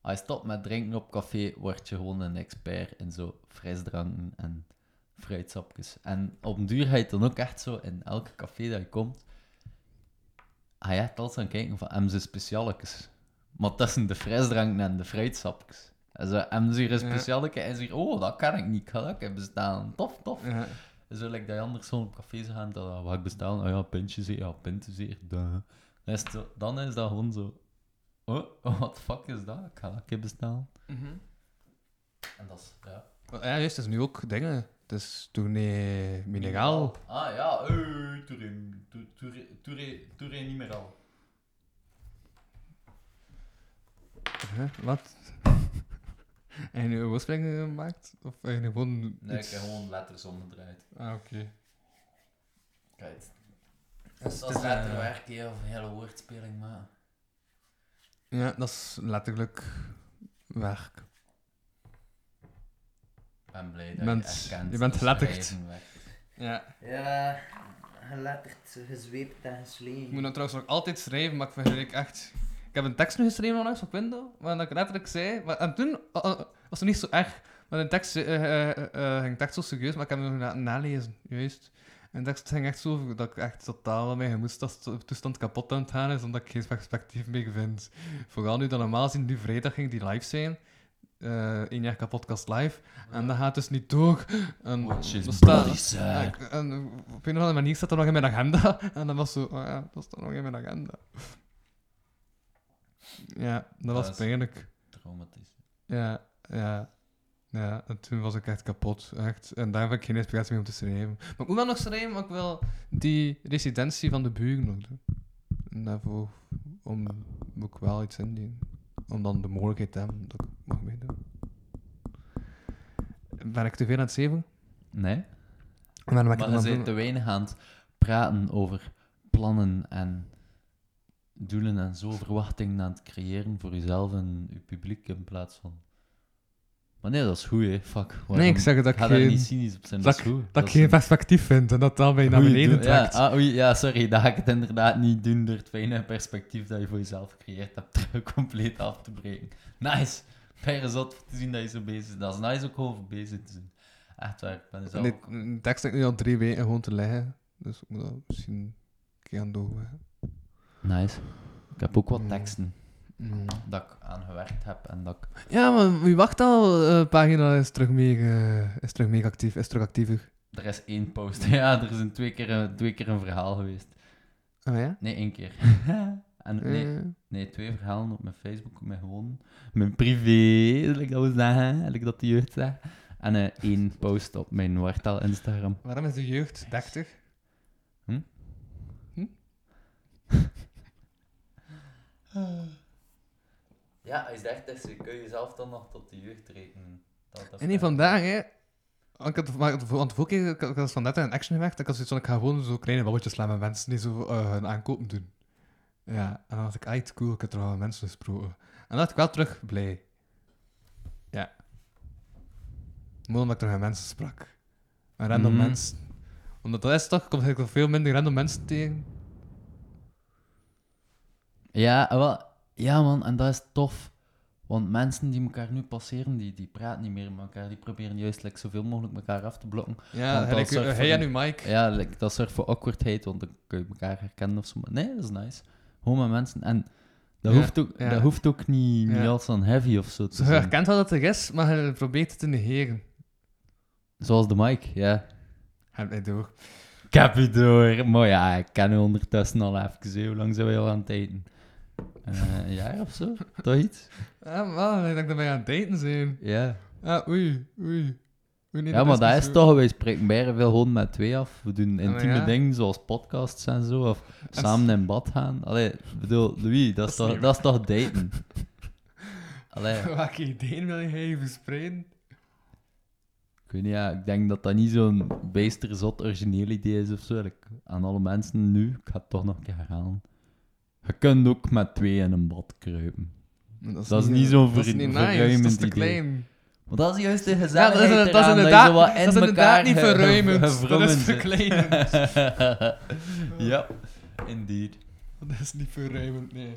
als je stopt met drinken op café, word je gewoon een expert in zo frisdranken en fruitsapjes. En op een duur ga je het dan ook echt zo in elke café dat je komt, ga je echt altijd aan kijken van hebben ze specialetjes. Maar tussen de frisdranken en de fruitsapjes. En zo, hebben ze hier een Ja. specialeke? En ze hier, oh, dat kan ik niet, ik ga dat hebben bestaan. Tof, tof. Ja. Zo like dat je anders gewoon op café zou gaan, dat eh, wat ik bestel, oh ja, pintjezeer, ja, pintenzeer, duh. Dan is, het zo- dan is dat gewoon zo, oh, what the fuck is dat? Ik ga dat een keer bestellen. Mhm. En dat is, ja. Maar Ja, juist, het is nu ook dingen. Dus eh, Het is tournee mineraal. Ah ja, eh, Touré, Touré- Touré, Touré, Touré niet meer al. Hè? Wat? En je woordspeling gemaakt? Of heb je gewoon Nee, ik iets- heb gewoon letters omgedraaid. Ah, oké. Kijk. Dus dat het is is, eh, letterwerk, hè, of een hele woordspeling, maar... Ja, dat is letterlijk werk. Ik ben blij dat Je bent- je erkent je bent dat geletterd. schrijven werkt. Ja. Ja, geletterd, gezweept en gesleept. Ik moet dan trouwens nog altijd schrijven, maar ik vergelijk echt... Ik heb een tekst nu geschreven onlangs op Windows, waarin ik letterlijk zei... Maar, en toen eh, eh, was het niet zo erg, maar de tekst eh, eh, eh, eh, ging tekst zo serieus, maar ik heb hem nog laten nalezen, juist. En de tekst ging echt zo over dat ik echt totaal aan mijn gemoedstoestand kapot aan het gaan is, omdat ik geen perspectief meer vind. Vooral nu dat normaal gezien nu vrijdag ging die live zijn. eh één jaar kapotkast live. En dat gaat dus niet door. En, Which is dat staat- bloody sad. ja, ik- en op een of andere manier staat dat nog in mijn agenda. En dat was zo, oh ja, dat staat nog in mijn agenda. Ja, dat was Dat is- pijnlijk. Traumatisch. Ja, ja. Ja, en toen was ik echt kapot. Echt. En daar heb ik geen inspiratie meer om te schrijven. Maar ik moet wel nog schrijven, maar ik wil die residentie van de buren nog doen. En daarvoor om, moet ik wel iets indienen. Om dan de mogelijkheid te hebben dat ik mag meedoen. Ben ik te veel aan het zeven? Nee? Ben ik het Maar aan je het bent doen? te weinig aan het praten over plannen en doelen en zo, verwachtingen aan het creëren voor jezelf en je publiek in plaats van... Maar nee, dat is goed, hè. Fuck. Nee, ik zeg dat ik Ga daar geen- niet cynisch op zijn, dat, dat, is goed. ik- dat ik geen perspectief vind en dat dat mij naar goeie beneden doel- ja, trekt. ah, oei, ja, sorry, dat ga ik het inderdaad niet doen door het fijne perspectief dat je voor jezelf gecreëerd hebt compleet af te breken. Nice. Bij zot te zien dat je zo bezig bent. Dat is nice ook gewoon voor bezig te zijn. Echt waar, ik ben zelf Nee, ook- de tekst ligt nu al drie weken gewoon te liggen. Dus ik moet dat misschien een keer aan doorwerken. Nice. Ik heb ook wat Mm. teksten dat ik aan gewerkt heb en dat ik... Ja, maar wie wacht al? eh, pagina is terug mega, is terug mega actief, is terug actiever. Er is één post. Ja, er is een twee, keer een, twee keer een verhaal geweest. Ah ja? Nee, één keer. en, nee, Eh, nee, twee verhalen op mijn Facebook, op mijn gewoon... Mijn privé, zal ik dat we zeggen, zal ik dat de jeugd zegt. En eh, één post op mijn Wartaal Instagram. Waarom is de jeugd 30? Ja, als je dacht, dus, kun je jezelf dan nog tot de jeugd rekenen. Dat, dat En nee, vandaag, hè. Ik had, maar, het- want de vorige keer, ik had- ik had van net een action gewerkt, ik had zoiets van, ik ga gewoon zo kleine balletjes laten met mensen die zo eh, hun aankopen doen. Ja, en dan dacht ik, ah, iets cool, ik heb er al met mensen gesproken. En dan dacht ik wel terug, blij. Ja. Mooi omdat ik terug met mensen sprak. Een random Mhm. mensen. Omdat dat is toch, komt ik veel minder random mensen tegen. Ja, ah, wel, ja, man, en dat is tof. Want mensen die elkaar nu passeren, die, die praten niet meer met elkaar. Die proberen juist like, zoveel mogelijk elkaar af te blokken. Ja, Want dat gelijk, eh, zorgt voor hey en een- uw Mike. Ja, like, dat zorgt voor awkwardheid, want dan kun je elkaar herkennen of zo. Maar nee, dat is nice. Gewoon met mensen. En dat, Ja, hoeft, ook, ja. dat hoeft ook niet, niet Ja. als dan heavy of zo te Ze zijn. herkent wel dat het er is, maar hij probeert het te negeren. Zoals de mic, ja. Heb hij door. Ik heb je door. Maar ja, ik ken u ondertussen al even. hè. Hoe lang zijn wij al aan het eten? Eh, een jaar of zo? Toch iets? Ja, maar ik denk dat wij aan het daten zijn. Ja. Ah, oei, oei. Oei, nee, Ja, maar dat niet is zo. toch, wij spreken bijna veel gewoon met twee af. We doen maar intieme ja. dingen zoals podcasts en zo, of samen in bad gaan. Allee, ik bedoel, Louis, dat is, Dat is toch, niet Oh, dat is toch daten? Allee, Welke ideeën wil jij verspreiden? ik weet niet, ja, ik denk dat dat niet zo'n bijster zot origineel idee is of zo. Ik- aan alle mensen nu, ik ga het toch nog een keer herhalen. Je kunt ook met twee in een bad kruipen. Dat is niet zo'n dat is ver- niet nice, verruimend Dat is te idee. klein. Maar dat is juist de Ja, dat is, gezelligheid dat is eraan, je inderdaad, zo wat in dat is inderdaad elkaar niet ge- ge- verruimend. Dat is gewrongen zit. verkleinend. ja, indeed. dat is niet verruimend, nee.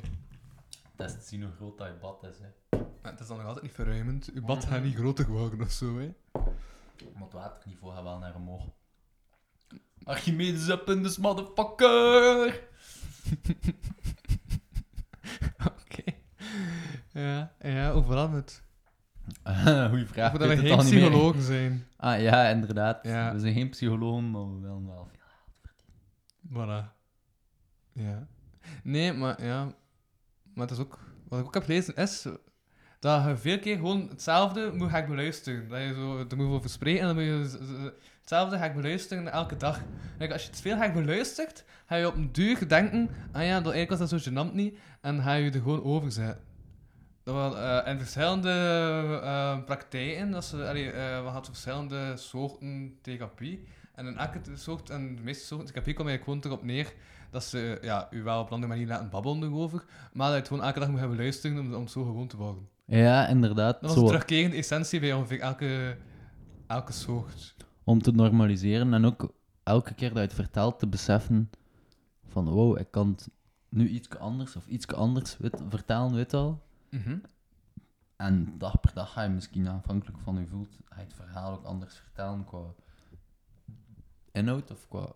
Dat is te zien hoe groot dat je bad is. Hè. Maar het is dan nog altijd niet verruimend. Uw bad gaat niet groter worden of zo, hè. Maar het waterniveau gaat wel naar omhoog. Archimedes up in this motherfucker! Oké. Ja, ja, overal met. Ah, Goeie vraag. Voordat we ik weet het geen al niet meer. psychologen zijn. Ah ja, inderdaad. Ja. We zijn geen psychologen, maar we willen wel veel. Voilà. Ja. Nee, maar ja. Maar dat is ook. Wat ik ook heb gelezen is. Dat je veel keer gewoon hetzelfde moet gaan beluisteren. Dat je zo, er moet over spreken en dan moet je z- z- hetzelfde gaan beluisteren elke dag. Kijk, als je het veel gaat beluistert, ga je op een duur denken: ah ja, dat, eigenlijk was dat zo gênant niet. En ga je er gewoon over zetten. Dat wel, eh, in verschillende eh, praktijken, dat ze, allee, eh, we hadden verschillende soorten therapie. En in elke soort, en de meeste Dus soorten therapie komt eigenlijk gewoon erop neer dat ze ja, u wel op een andere manier laten babbelen erover, maar dat je het gewoon elke dag moet hebben luisteren om, om het zo gewoon te worden. Ja, inderdaad. Dat was zo, de terugkerende essentie bij ongeveer elke, elke soort. Om te normaliseren en ook elke keer dat je het vertelt te beseffen van wow, ik kan het nu iets anders of iets anders weet, vertellen, weet al. Mhm. En dag per dag ga je misschien aanvankelijk van je voelt, ga je het verhaal ook anders vertellen qua inhoud of qua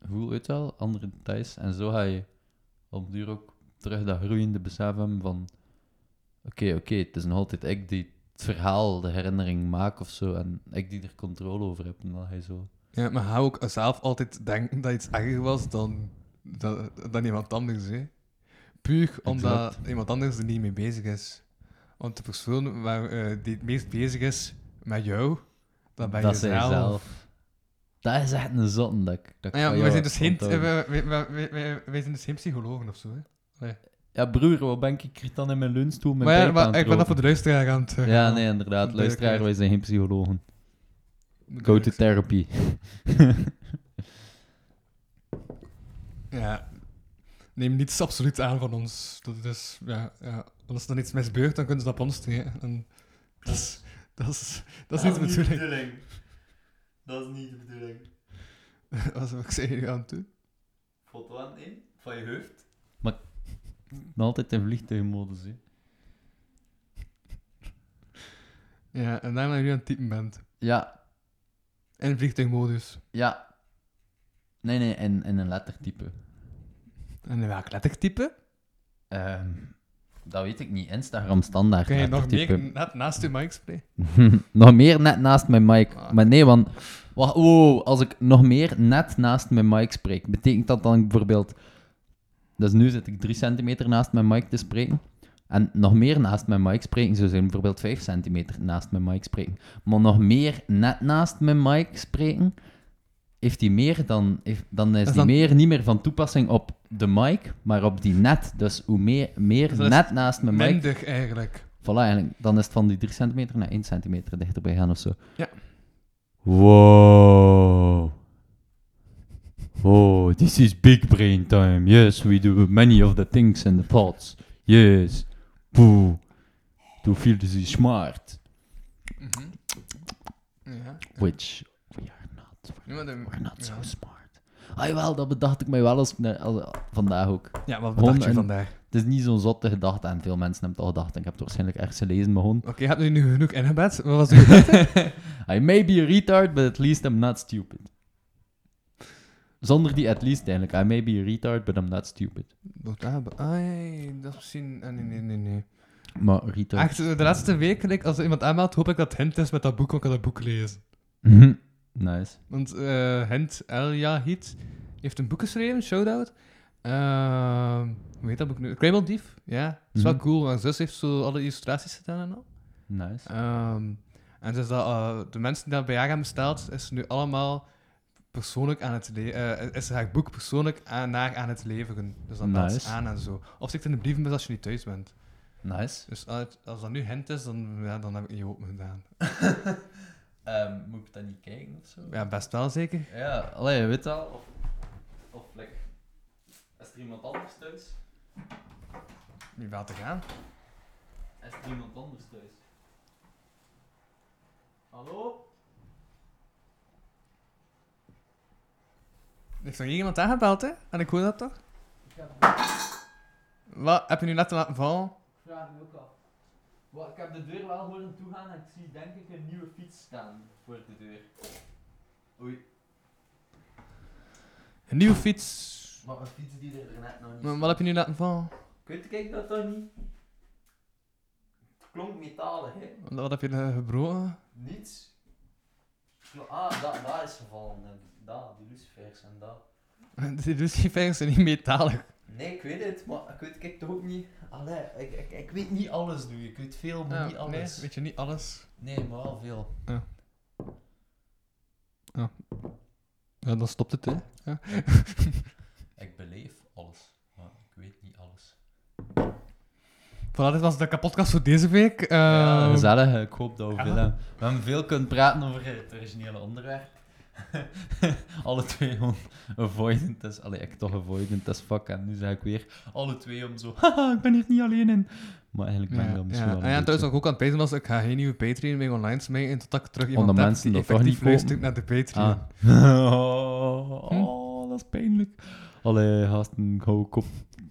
voel uit wel, andere details. En zo ga je op duur ook terug dat groeiende besef hebben van oké, oké, het is nog altijd ik die het verhaal, de herinnering maak of zo en ik die er controle over heb. En dan ga je zo... Ja, maar ga ook zelf altijd denken dat iets erger was dan, dan, dan iemand anders. Hè? Puur omdat iemand anders er niet mee bezig is. Want de persoon waar, eh, die het meest bezig is met jou, dat ben dat je zij zelf. zelf. Dat is echt een zotten dat ik. dat ik Ah ja, van maar wij jou zijn, heb dus geen, onthouden. wij, wij, wij, wij- wij zijn dus geen psychologen of zo. Hè? Ja, broer, wat ben ik hier dan in mijn lunchstoel met Maar, ja, pijp maar aan het ik ben roken? dat voor de luisteraar aan het... eh, Ja, nee, inderdaad. de Luisteraar, wij duidelijkheid. zijn geen psychologen. moet Go to duidelijk therapy. zijn. Ja. Neem niets absoluut aan van ons. Dat is, ja, ja. Als er dan iets misbeurt, dan kunnen ze dat op ons tegen. En dat is, dat is, dat is niet de bedoeling. Dat is niet de bedoeling. Wat zou ik zeggen aan toe? Foto aan in van je hoofd. Maar maar altijd in vliegtuigmodus, hè. Ja, en daarna jullie aan het typen bent. Ja, In vliegtuigmodus. ja. Nee, nee, in, in een lettertype. En in welk lettertype? Ehm, dat weet ik niet. Instagram standaard Kun je nog lettertype. meer net naast je microspray? nog meer net naast mijn mic. Ah. Maar nee, want... Wacht, wow, als ik nog meer net naast mijn mic spreek, betekent dat dan bijvoorbeeld... Dus nu zit ik 3 centimeter naast mijn mic te spreken. En nog meer naast mijn mic spreken zou zijn bijvoorbeeld 5 centimeter naast mijn mic spreken. Maar nog meer net naast mijn mic spreken, heeft die meer dan, heeft, dan is Dus die dan- meer niet meer van toepassing op de mic, maar op die net. Dus hoe meer, meer Dus dat is net naast mijn mic Minder eigenlijk. Voilà, eigenlijk, dan is het van die 3 centimeter naar 1 centimeter dichterbij gaan of zo. Ja. Wow. Oh, this is big brain time. Yes, we do many of the things in the pots. Yes. Boo. To feel this is smart. Ja. Which we are not. Ja, maar dan- We're not so ja. smart. Ah jawel, dat bedacht ik mij wel als, ik naar- als- vandaag ook. Ja, wat Gewoon bedacht je een- vandaag? Het is niet zo'n zotte gedachte en veel mensen hebben het al gedacht. Ik heb het waarschijnlijk ergens gelezen, maar gewoon... Oké, je hebt nu nu genoeg ingebed. Wat was uw gedachte? I may be a retard, but at least I'm not stupid. Zonder die at least eigenlijk. I may be a retard, but I'm not stupid. Wat hebben- Ai, dat is misschien... ah, nee, nee, nee, nee. Maar retard... Echt, de laatste week, like, als er iemand aanmeldt, hoop ik dat Hint is met dat boek, want ik kan dat boek lezen. Mhm. nice. Want eh Hent El Yahid heeft een boek geschreven, Shoutout. Ehm hoe heet dat boek nu? Kruimeldief, ja. Dat is wel Mhm. cool. Mijn zus heeft zo alle illustraties gedaan en al. Nice. Ehm, en dus dat, eh, de mensen die dat bij haar hebben besteld, is nu allemaal persoonlijk aan het le- eh, is haar boek persoonlijk aan, naar aan het leveren. Dus dan nice. Nice. aan en zo. Of zit in de brievenbus als je niet thuis bent. Nice. Dus als, als dat nu Hent is, dan, ja, dan heb ik je open gedaan. Ehm, moet ik dat niet kijken of zo? Ja, best wel zeker. Ja, allee, je weet wel. Of, of like, is er iemand anders thuis? Nu wel te gaan. Is er iemand anders thuis? Hallo? Heeft nog iemand aangebeld, hè? En ik hoor dat toch? Wat heb je nu laten laten vallen? Vraag me ook af. Wa- ik heb de deur wel horen toegaan en ik zie denk ik een nieuwe fiets staan voor de deur. Oei, Een nieuwe fiets. maar een fiets die er net nog niet Maar wat heb je nu laten vallen? Kunt kijk dat toch niet? Het klonk metalig, hè? Wat, wat heb je eh, gebroken? Niets. Klo- ah, dat, dat is gevallen. denk ik. Dat, die lucifers en dat. Die lucifers zijn niet metalig. Nee, ik weet het, maar ik weet kijk toch ook niet... Allee, ik, ik, ik weet niet alles, doe je. Ik weet veel, maar Ja, niet alles. Nee, weet je, niet alles. nee, maar wel veel. Ja, dan stopt het, hè. Ja. Ik beleef alles, maar ik weet niet alles. Voilà, dit was de kapotkast voor deze week. Eh, Ja, gezellig. Ik hoop dat we, ja. veel, hebben- we hebben veel kunnen praten over het originele onderwerp. alle twee gewoon avoidant is. Allee, ik toch avoidant as fuck. En nu zeg ik weer alle twee om zo... Haha, ik ben hier niet alleen in. Maar eigenlijk ben ik Ehm, ja, dat misschien ja. wel En een ja, beetje. trouwens, wat ik ook aan het pezen was, ik ga geen nieuwe Patreon meer online smijten totdat ik terug iemand Omdat heb mensen die dat toch niet Ah. effectief kopen. luistert naar de Patreon. Ah. oh, dat oh, is pijnlijk. Allee, gasten, hou ook op.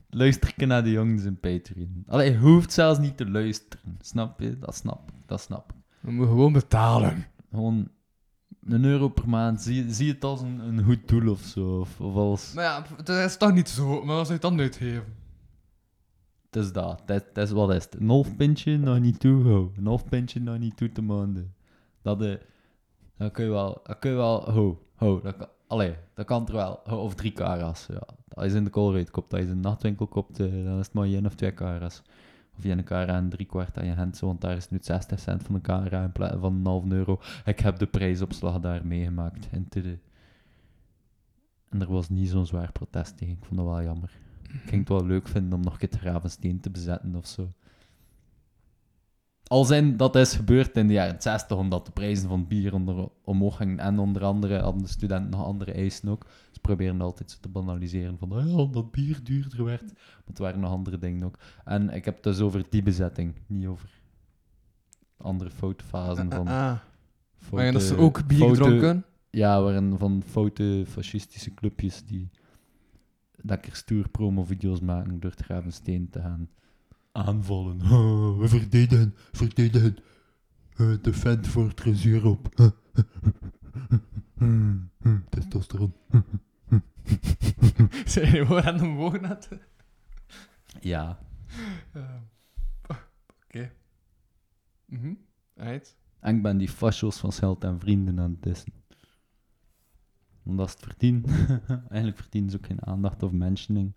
Luister ik naar de jongens in Patreon. Allee, je hoeft zelfs niet te luisteren. Snap je? Dat snap ik. Dat snap ik. We moeten gewoon betalen. Gewoon een euro per maand. Zie, zie het als een, een goed doel of zo. Of, of als... Maar ja, dat is toch niet zo. Maar als je het dan uitgeven. Het is dat. Dat, dat is wat is het. Een half pintje nog niet toe, ho. Een half pintje nog niet toe te maanden. Dat, eh dat kun je wel... Dat kun je wel... Ho, ho. Dat kan, allee, dat kan er wel. Ho, of drie karas, ja. Dat is in de koolruit koopt, dat is in de nachtwinkel koopt, eh, dan is het maar één of twee karas. Of je een kara en drie kwart aan je hand, zo, want daar is nu 60 cent van een kara in plaats van een half euro. Ik heb de prijsopslag daar meegemaakt. En, tudu. en er was niet zo'n zwaar protest tegen. Ik vond dat wel jammer. Ik ging het wel leuk vinden om nog een keer het Gravensteen te bezetten of zo. Al zijn dat is gebeurd in de jaren 60, omdat de prijzen van bier onder, omhoog gingen. En onder andere hadden de studenten nog andere eisen ook. Ze proberen altijd zo te banaliseren van "Ah, dat bier duurder werd. Maar het waren nog andere dingen ook. En ik heb het dus over die bezetting, niet over andere foutfasen van... Ah, maar foute- ja, dat ze ook bier foute- dronken. ja, waarin van foute fascistische clubjes die lekker stoer promovideo's maken door het Gravensteen te gaan aanvallen. Oh, we verdedigen, verdedigen eh, de vent voor het trezuur op. Testosteron. Zijn je gewoon aan de woorden aan het- Ja, Eh, Oké. Mhm. Right. en ik ben die fascio's van Scheld en Vrienden aan het dissen. Omdat ze het verdienen. Eigenlijk verdienen ze ook geen aandacht of mentioning.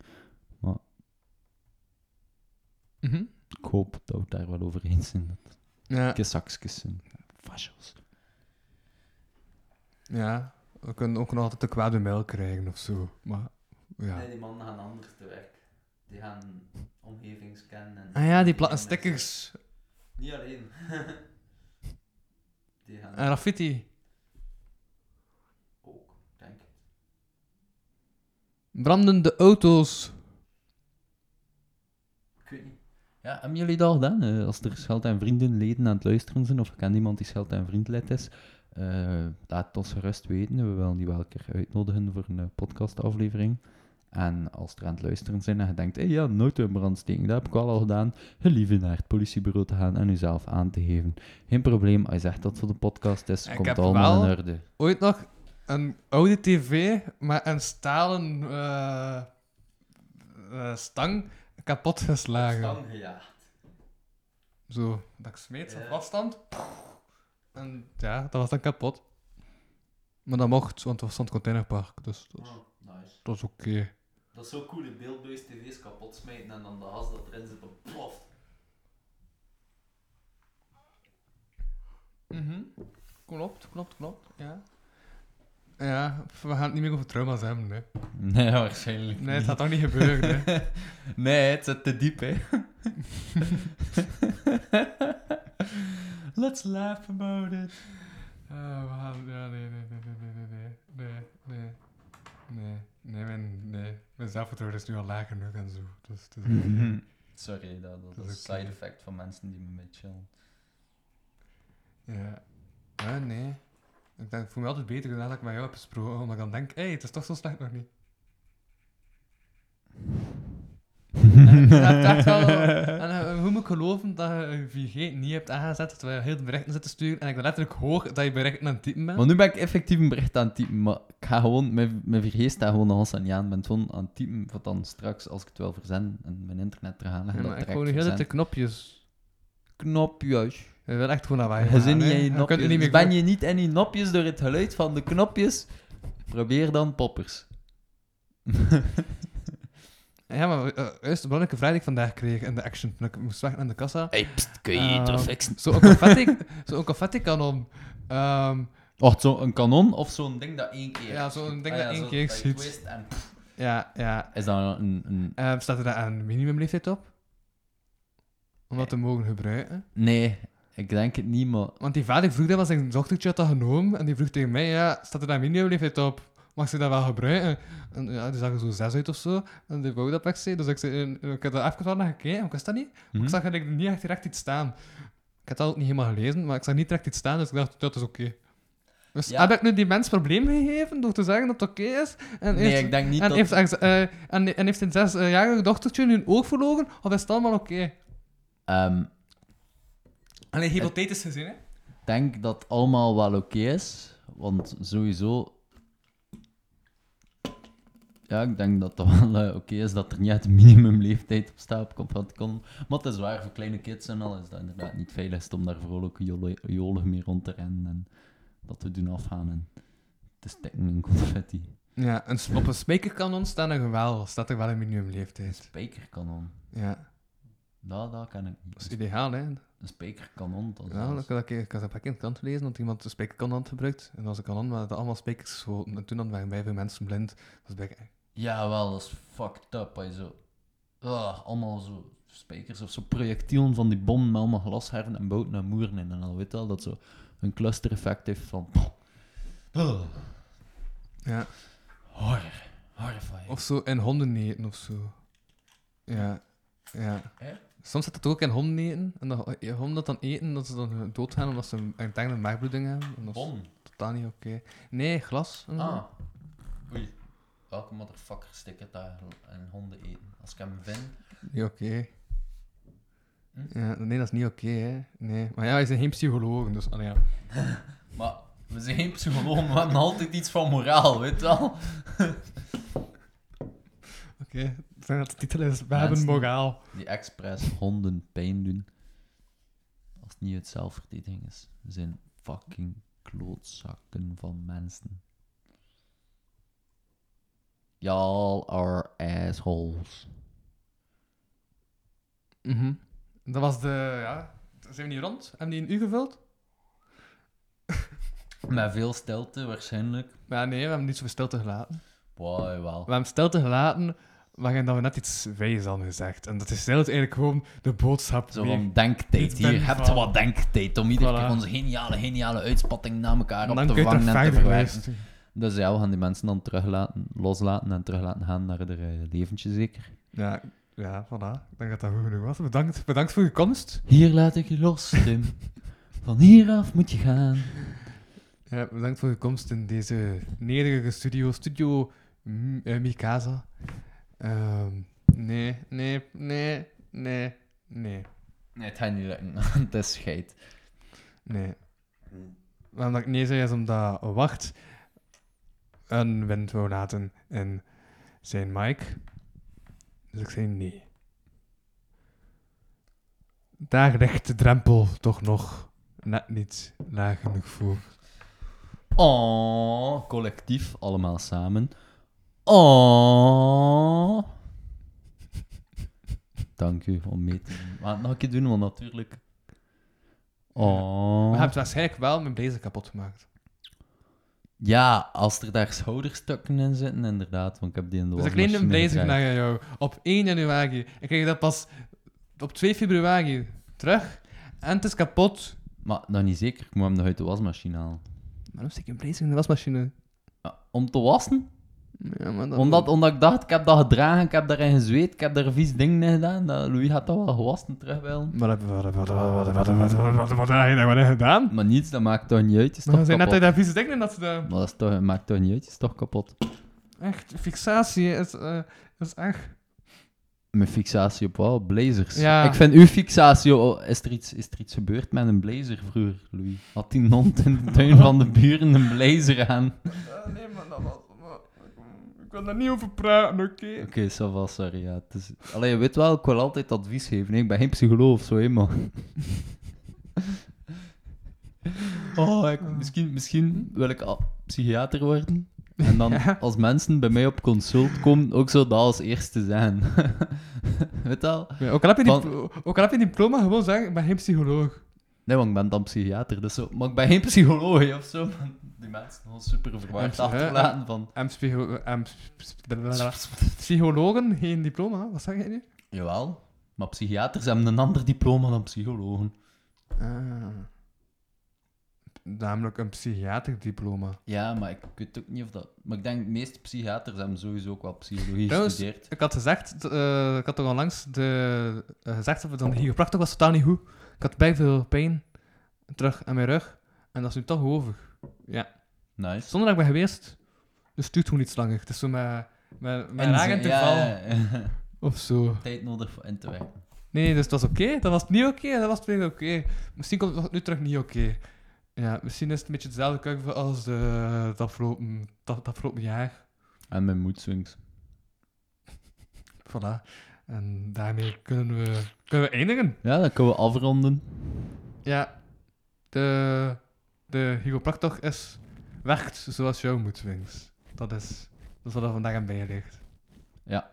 Mhm. Ik hoop dat we het daar wel over eens zijn. Dat Ja. het zakjes zijn. Fascio's. Ja, we kunnen ook nog altijd de kwade mijl krijgen of zo. Maar ja. die mannen gaan anders te werk. Die gaan omgevingskennen. En Ah ja, die platten stickers. Niet alleen. die gaan En graffiti. ook, denk ik. Brandende auto's. Ik weet niet. Ja, hebben jullie dat al gedaan? Eh, als er Scheld en Vrienden leden aan het luisteren zijn, of ik ken iemand die Scheld en Vriend lid is, eh, laat het ons gerust weten. We willen die wel een keer uitnodigen voor een eh, podcastaflevering. En als er aan het luisteren zijn en je denkt, hé hey, ja, nooit een brandsteking, dat heb ik wel al gedaan, gelieve naar het politiebureau te gaan en uzelf aan te geven. Geen probleem, als je zegt dat het voor de podcast is, Ik komt heb het allemaal wel- in orde. Ooit nog een oude tv met een stalen eh, eh, stang kapot geslagen. Zo, dat ik smeet op afstand. En ja, dat was dan kapot. Maar dat mocht, want het was dan het containerpark. Dus dat, nice. dat is oké. Dat is zo cool, de beeldbuis tv's kapot smijten en dan de has dat erin zit, dat ploft. Mhm. Klopt, klopt, klopt. Ja. Ja, we gaan het niet meer over trauma's hebben, hè. Nee, waarschijnlijk Nee, niet. het gaat toch niet gebeuren, hè. Nee, het zit te diep, hè. Let's laugh about it. Ah, we gaan... Ja, nee, nee, nee, nee, nee, nee, nee, nee, nee, nee, mijn, nee. Mijn zelfvertrouwen is nu al laag genoeg en zo. Dus het is oké. Mhm. Sorry, dat, dat, Dat is is een oké. side effect van mensen die me mee chillen. Ja. Ja, nee. Ik, denk, ik voel me altijd beter nadat ik met jou heb gesproken, omdat ik dan denk, hé, hey, het is toch zo slecht nog niet. en, je hebt echt wel, en eh, hoe moet ik geloven dat je 4G niet hebt aangezet, terwijl je heel de berichten zit te sturen en ik letterlijk hoor dat je berichten aan het typen bent? Maar nu ben ik effectief een bericht aan het typen, maar ik ga gewoon, mijn, mijn vergeet staat gewoon nog aan niet aan. Ik ben het gewoon aan het typen, wat dan straks, als ik het wil verzenden en mijn internet eraan leg, Ja, dat maar ik direct hoor nu heel de verzend. tijd de knopjes. knopjes. Je wil echt gewoon naar wij. Je zit niet in hè. je Je kunt nopjes. er niet meer ben je niet in je nopjes door het geluid van de knopjes? Probeer dan poppers. Ja, maar eh, juist de belangrijke vraag die ik vandaag kreeg in de action, toen ik moest weg aan de kassa. Hey, pst, kun Eh, terugfixen? Zo'n confetti, zo confetti kanon. Ehm Wacht, zo'n kanon of zo'n ding dat één keer... Ja, zo'n ding Ah dat één zo- keer je schiet. twist en- ja, ja. Is dat een... een... Eh, staat er daar een minimumleeftijd op? Om dat te mogen gebruiken. Nee, ik denk het niet, maar... Want die vader vroeg dat, want zijn dochtertje had dat genomen. En die vroeg tegen mij, ja, staat er daar een minimumleeftijd op? Mag ze dat wel gebruiken? En ja, die zag er zo zes uit of zo. En die wou dat per se. Dus ik, zei, eh, ik heb daar even wat naar gekeken, maar ik wist dat niet. Maar Mhm. Ik zag er niet echt direct iets staan. Ik had dat ook niet helemaal gelezen, maar ik zag niet direct iets staan, dus ik dacht, dat is oké. Dus Ja. heb ik nu die mens problemen gegeven door te zeggen dat het oké is? En Nee, heeft, ik denk niet en dat... heeft, haar- eh, en, en heeft zijn zesjarige dochtertje nu een oog verloren? Of is het allemaal oké? Ehm, Alleen hypothetisch gezien, hè? denk dat het allemaal wel oké is. Want sowieso. Ja, ik denk dat het wel eh, oké is dat er niet uit de minimumleeftijd op staat op komt van het kon. Maar het is waar, voor kleine kids en al is dat inderdaad niet veilig is om daar vrolijk jole- jolig mee rond te rennen en dat te doen afgaan en te stikken in confetti. Ja, en s- op een speakerkanon staat er wel, staat er wel een minimumleeftijd. Spijkerkanon. Ja, Dat, dat ken ik dat is niet. ideaal, hè? Een spijkerkanon, dat is Ja, zelfs- dat ik, ik had een pakje in de krant gelezen dat iemand een speakerkanon had gebruikt. En als een kanon waren het allemaal spijkers geschoten. En toen dan waren bij veel mensen blind. Dat is bij... Jawel, dat is fucked up. Hij zo. Ah, allemaal zo spijkers of zo projectielen van die bom met allemaal glasherven en bouten en moeren in. En dan weet je wel dat zo een cluster effect heeft van. Oh, Ja. horror. Horrifying. Of zo in honden eten of zo. Ja. Ja. Hè? Soms zit het ook in honden eten. En dat ja, honden dat dan eten, dat ze dan doodgaan omdat ze een interne maagbloeding hebben. En dat is bom. totaal niet oké. Nee, glas. en zo. Ah. Oei. Welke motherfucker stikt daar en honden eten? Als ik hem vind. Niet oké. Ja, nee, dat is niet oké, hè. Nee. Maar ja, wij zijn geen psychologen, dus... allee, ja. Maar we zijn geen psychologen, we hebben altijd iets van moraal, weet je wel? Oké, ik denk dat de titel is We Mensen. hebben moraal. Die expres honden pijn doen. Als het niet uit zelfverdediging is. We zijn fucking klootzakken van mensen. Y'all are assholes. Mhm. Dat was de... Ja. Zijn we niet rond? Hebben die een uur gevuld? Met veel stilte waarschijnlijk. Ja, nee, we hebben niet zoveel stilte gelaten. Wow, wel. We hebben stilte gelaten waarin dat we net iets wijs hadden gezegd. En dat is zelfs eigenlijk gewoon de boodschap Zo mee. van denktijd. Dit ben Hier ik hebt van. wat denktijd om iedere Voilà. keer onze geniale, geniale uitspatting na elkaar En op dan te kun je het vangen en te verder verwerken. luisteren. Dus ja, we gaan die mensen dan teruglaten, loslaten en teruglaten gaan naar haar eh, leventje zeker. Ja, ja, voilà. Ik denk dat dat goed genoeg was. Bedankt, bedankt voor je komst. Hier laat ik je los, Tim. Van hieraf moet je gaan. Ja, bedankt voor je komst in deze nederige studio. Studio M- eh, Mikasa. Ehm, nee, nee, nee, nee, nee, Nee, het gaat niet lukken. Het is scheid. nee. Waarom dat ik nee zei is omdat Wacht een wind wou laten in zijn mic. Dus ik zei nee. Daar ligt de drempel toch nog net niet laag genoeg voor. Oh, collectief, allemaal samen. Oh. Dank u om mee te doen. We gaan het nog een keer doen, want natuurlijk. Maar je Oh. hebt waarschijnlijk wel mijn blazer kapot gemaakt. Ja, als er daar schouderstukken in zitten, inderdaad. Want ik heb die in de Dus ik leende wasmachine een blazer gedraaid. naar jou op 1 januari. Ik kreeg dat pas op 2 februari terug. En het is kapot. Maar nog niet zeker, ik moet hem nog uit de wasmachine halen. Waarom steek je een blazer in de wasmachine? Ja, Om te wassen? Ja, maar dat... Omdat, omdat ik dacht, ik heb dat gedragen, ik heb daarin gezweet, ik heb daar vies dingen in gedaan. Dat Louis had dat wel gewassen terug wel. Wat heb wat- wat- wat- wat- wat- wat- wat- wat- wat- wat heb je daarmee gedaan? Maar niets, dat maakt toch niet uit, het is Maar toch ze zijn net kapot. dat je dat vieze ding in dat ze daar... Maar dat is toch, dat maakt toch niet uit, het is toch kapot. Echt, fixatie is, eh, is echt... Mijn fixatie op wat? Blazers. Ja. Ik vind uw fixatie... oh, is, er iets, is er iets gebeurd met een blazer vroeger, Louis? Had die nond in de tuin van de buren een blazer aan? Oké, nee, maar dat was... Ik wil daar niet over praten, oké? ça va, sorry. Ja, het is... Allee, je weet wel, ik wil altijd advies geven. hè. Ik ben geen psycholoog of zo, hè, maar... Oh, ik- misschien, misschien wil ik al psychiater worden. En dan als mensen bij mij op consult komen, ook zo dat als eerste zijn. Weet je wel? ook, al heb je die, Van- diplo- ook al heb je diploma, gewoon zeggen, ik ben geen psycholoog. Nee, want ik ben dan psychiater, dus zo. Maar ik ben geen psycholoog hè, of zo. maar Die mensen gewoon super verwaard Ja, achterlaten van. En, psycho- en ps- ps- blablabla. psychologen, geen diploma, wat zeg jij nu? Jawel, maar psychiaters hebben een ander diploma dan psychologen. Eh, Namelijk een psychiaterdiploma. Ja, maar ik weet ook niet of dat. Maar ik denk, de meeste psychiaters hebben sowieso ook wel psychologie Trouwens- gestudeerd. Ik had gezegd, eh, ik had toch al langs de, eh, gezegd dat we dan hier prachtig was, totaal niet goed. Ik had bij veel pijn terug aan mijn rug en dat is nu toch over. Ja. Nice. Zondag ben ik geweest, dus het duurt gewoon iets langer. Het is zo met, met, met Inze- raar ja, interval ja, ja. of zo. Tijd nodig voor in te werken. Nee, dus dat was oké, dat was niet oké, dat was weer oké. Misschien komt het nu terug niet oké. Ja, misschien is het een beetje hetzelfde curve als de, het, afgelopen, het, het afgelopen jaar. En mijn mood swings. Voilà. En daarmee kunnen we, kunnen we eindigen. Ja, dan kunnen we afronden. Ja, de, de chiropractor is, werkt zoals jouw moedswings. Dat is, dat is wat er vandaag aan bij ligt. Ja.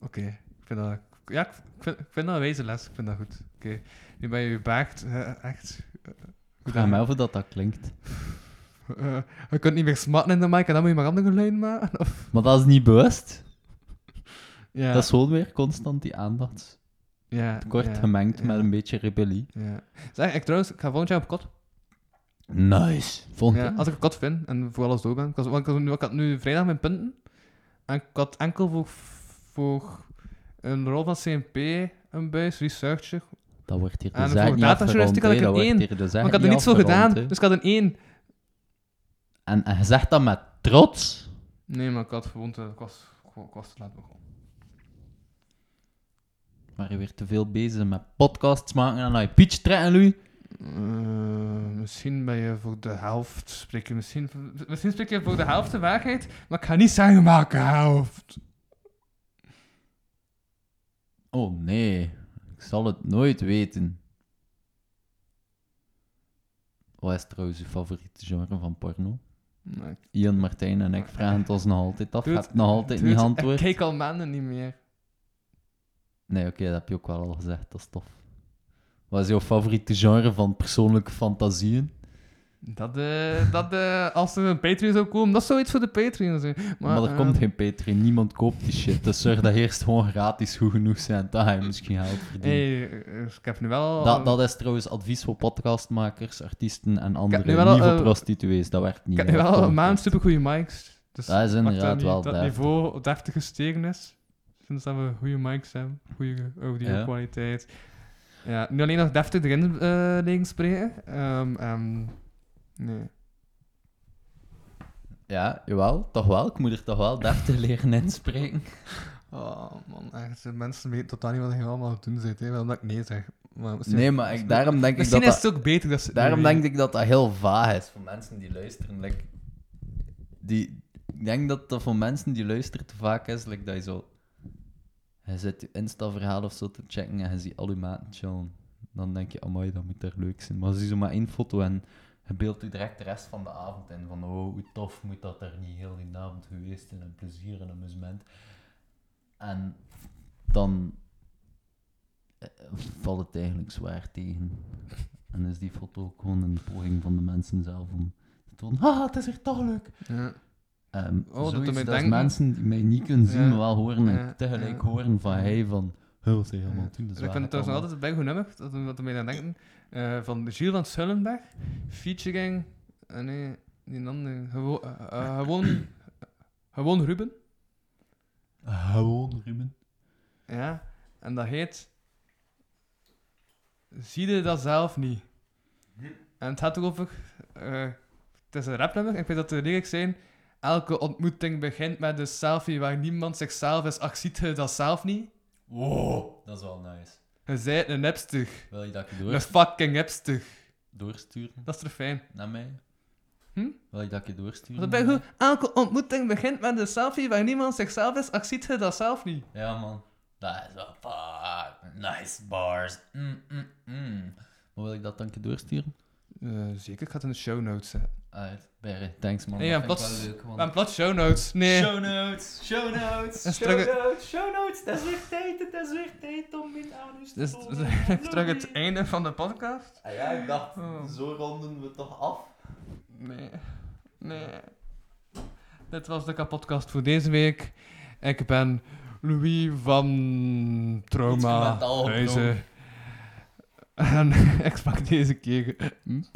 Oké, ik vind dat... Ja, ik vind, ik vind dat een wijze les. Ik vind dat goed. Oké, nu ben je gebaagd. eh, echt. eh, Ik goed vraag aan- mij of dat dat klinkt. Eh, je kunt niet meer smatten in de mic en dan moet je maar andere geluiden maken. Of, Maar dat is niet bewust. ja, Dat is gewoon weer constant die aandacht. ja, Kort ja, gemengd ja, met een beetje rebellie. Ja. Zeg, ik trouwens, ik ga volgend jaar op kot. Nice. Vond Ja, als ik een kot vind en voor alles door ben. Ik was- want ik, was nu- ik had nu vrijdag mijn punten. En ik had enkel voor, voor een rol van CMP een buis, researcher. Dat wordt hier En de voor zaak niet afgerond. datajournalistiek had hè. ik Dat een wordt één. hier de zaak Maar ik had er niet niet zo afgerond, gedaan, hè. dus ik had een 1. En, en je zegt dat met trots. Nee, maar ik had gewoon te, ik was, ik was te laat begonnen. Maar je weer te veel bezig met podcasts maken en naar je pitch trekken, Louis. Eh, misschien ben je voor de helft spreken. Misschien, misschien spreek je voor de helft de waarheid, maar ik ga niet zeggen welke helft. Oh nee, ik zal het nooit weten. Wat is trouwens je favoriete genre van porno? Maar ik Ian, Martijn en ik vragen het ons nog altijd af. Dude, Gaat het nog altijd Dude, niet antwoord? Ik kijk al maanden niet meer. Nee, oké, dat heb je ook wel al gezegd. Dat is tof. Wat is jouw favoriete genre van persoonlijke fantasieën? Dat, eh, dat eh, als er een Patreon zou komen, dat zou iets voor de Patreon zijn. Maar, Maar, er eh, komt geen Patreon, niemand koopt die shit. Dus zorg dat je eerst gewoon gratis goed genoeg zijn. Dan ga je misschien geld verdienen. hey, eh, ik heb nu wel... Dat, dat is trouwens advies voor podcastmakers, artiesten en anderen. nu wel, Niet voor eh, prostituees, dat werkt ik niet. heb nu hè. wel Dat een maand werkt niet. supergoeie mics. Dus Dat is maakt inderdaad niet wel Dat deftig. niveau deftig gestegen is. Sinds dat we goede mics hebben. Goede audio kwaliteit. Ja, nu alleen nog deftig erin eh liggen spreken. Ehm, ehm, nee. Ja, jawel, toch wel. Ik moet er toch wel deftig leren inspreken. Oh man, echt, de mensen weten totaal niet wat je allemaal aan het doen bent. Hè, omdat ik nee zeg. Maar misschien- Nee, maar ik, daarom denk ik Misschien dat is dat, het ook beter dat ze het niet daarom weten. denk ik dat dat heel vaag is voor mensen die luisteren. Like, die, ik denk dat dat voor mensen die luisteren te vaak is, like, dat je zo... Je zit je Insta-verhaal of zo te checken en je ziet al je maten chillen. Dan denk je, amai, dat moet er leuk zijn. Maar zie zo maar één foto en je beeldt je direct de rest van de avond in. Van, oh, hoe tof moet dat er niet heel die avond geweest zijn. En plezier en amusement. En dan eh, valt het eigenlijk zwaar tegen. En is die foto ook gewoon een poging van de mensen zelf om te tonen, haha, het is echt toch leuk. Ja. Ehm Oh, dat zoiets, doet mij dat is denken. mensen die mij niet kunnen zien, Ja. maar wel horen en Ja, tegelijk ja. horen van hij van, hey, wat zei je allemaal toen? Dat is Ik waar, vind het trouwens nog allemaal." altijd een bijgoed nummer, dat we wat ermee aan denken. eh, van Gilles van Sullenberg, featuring... eh, nee, die andere... Gewo eh, eh, gewoon... gewoon Ruben. Gewoon, Ruben. Ja. En dat heet... Zie je dat zelf niet? En het gaat erover... eh, het is een rapnummer, ik weet dat de lyrics zijn... Elke ontmoeting begint met een selfie waar niemand zichzelf is. Ach, ziet je dat zelf niet? Wow, dat is wel nice. Je zijt een nepster. Wil je dat ik je Een door, fucking nepster. doorsturen Dat is toch fijn? naar mij? Hm? Wil je dat ik je doorsturen? Dat naar ben mij? goed. Elke ontmoeting begint met een selfie waar niemand zichzelf is, ach ziet je dat zelf niet. Ja, man. Dat is wel fuck. Nice bars. Mm, mm, mm. Maar wil ik dat dan een keer doorsturen? zeker, Eh, ik ga het in de show notes zetten. Uit, Barry. Thanks, man. Nee, Dat ja, vind ik plots- wel leuk, want- En plat show notes. Nee. Show notes, show notes, Een show strakke- notes, show notes. Dat is weer tijd, dat is weer tijd om mijn ouders te Dus volgen. dat is terug het Sorry. einde van de podcast? Ah ja, ik dacht, Oh. zo ronden we toch af. Nee. Nee. Dit was de podcast voor deze week. Ik ben Louis van Iets Trauma met al, Huizen. En ik sprak deze keer mijn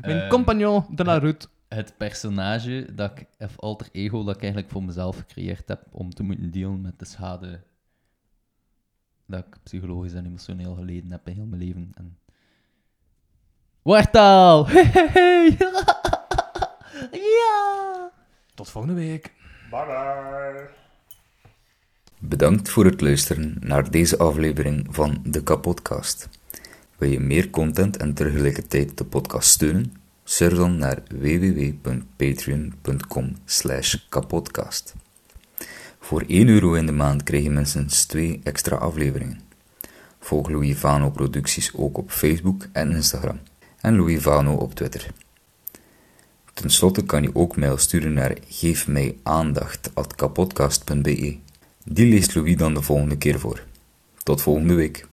Eh. Ehm, compagnon de la route. Het personage dat ik, of alter ego, dat ik eigenlijk voor mezelf gecreëerd heb om te moeten dealen met de schade dat ik psychologisch en emotioneel geleden heb in heel mijn leven. En Wartaal! Hey, hey, hey. ja! Tot volgende week. Bedankt voor het luisteren naar deze aflevering van de Kapodcast. Wil je meer content en tegelijkertijd de podcast steunen? Surf dan naar www.patreon.com kapodcast. Voor 1 euro in de maand krijg je minstens 2 extra afleveringen. Volg Louis Vano producties ook op Facebook en Instagram en Louis Vano op Twitter. Ten slotte kan je ook mail sturen naar geefmijaandacht.kapodcast.be. Die leest Louis dan de volgende keer voor. Tot volgende week.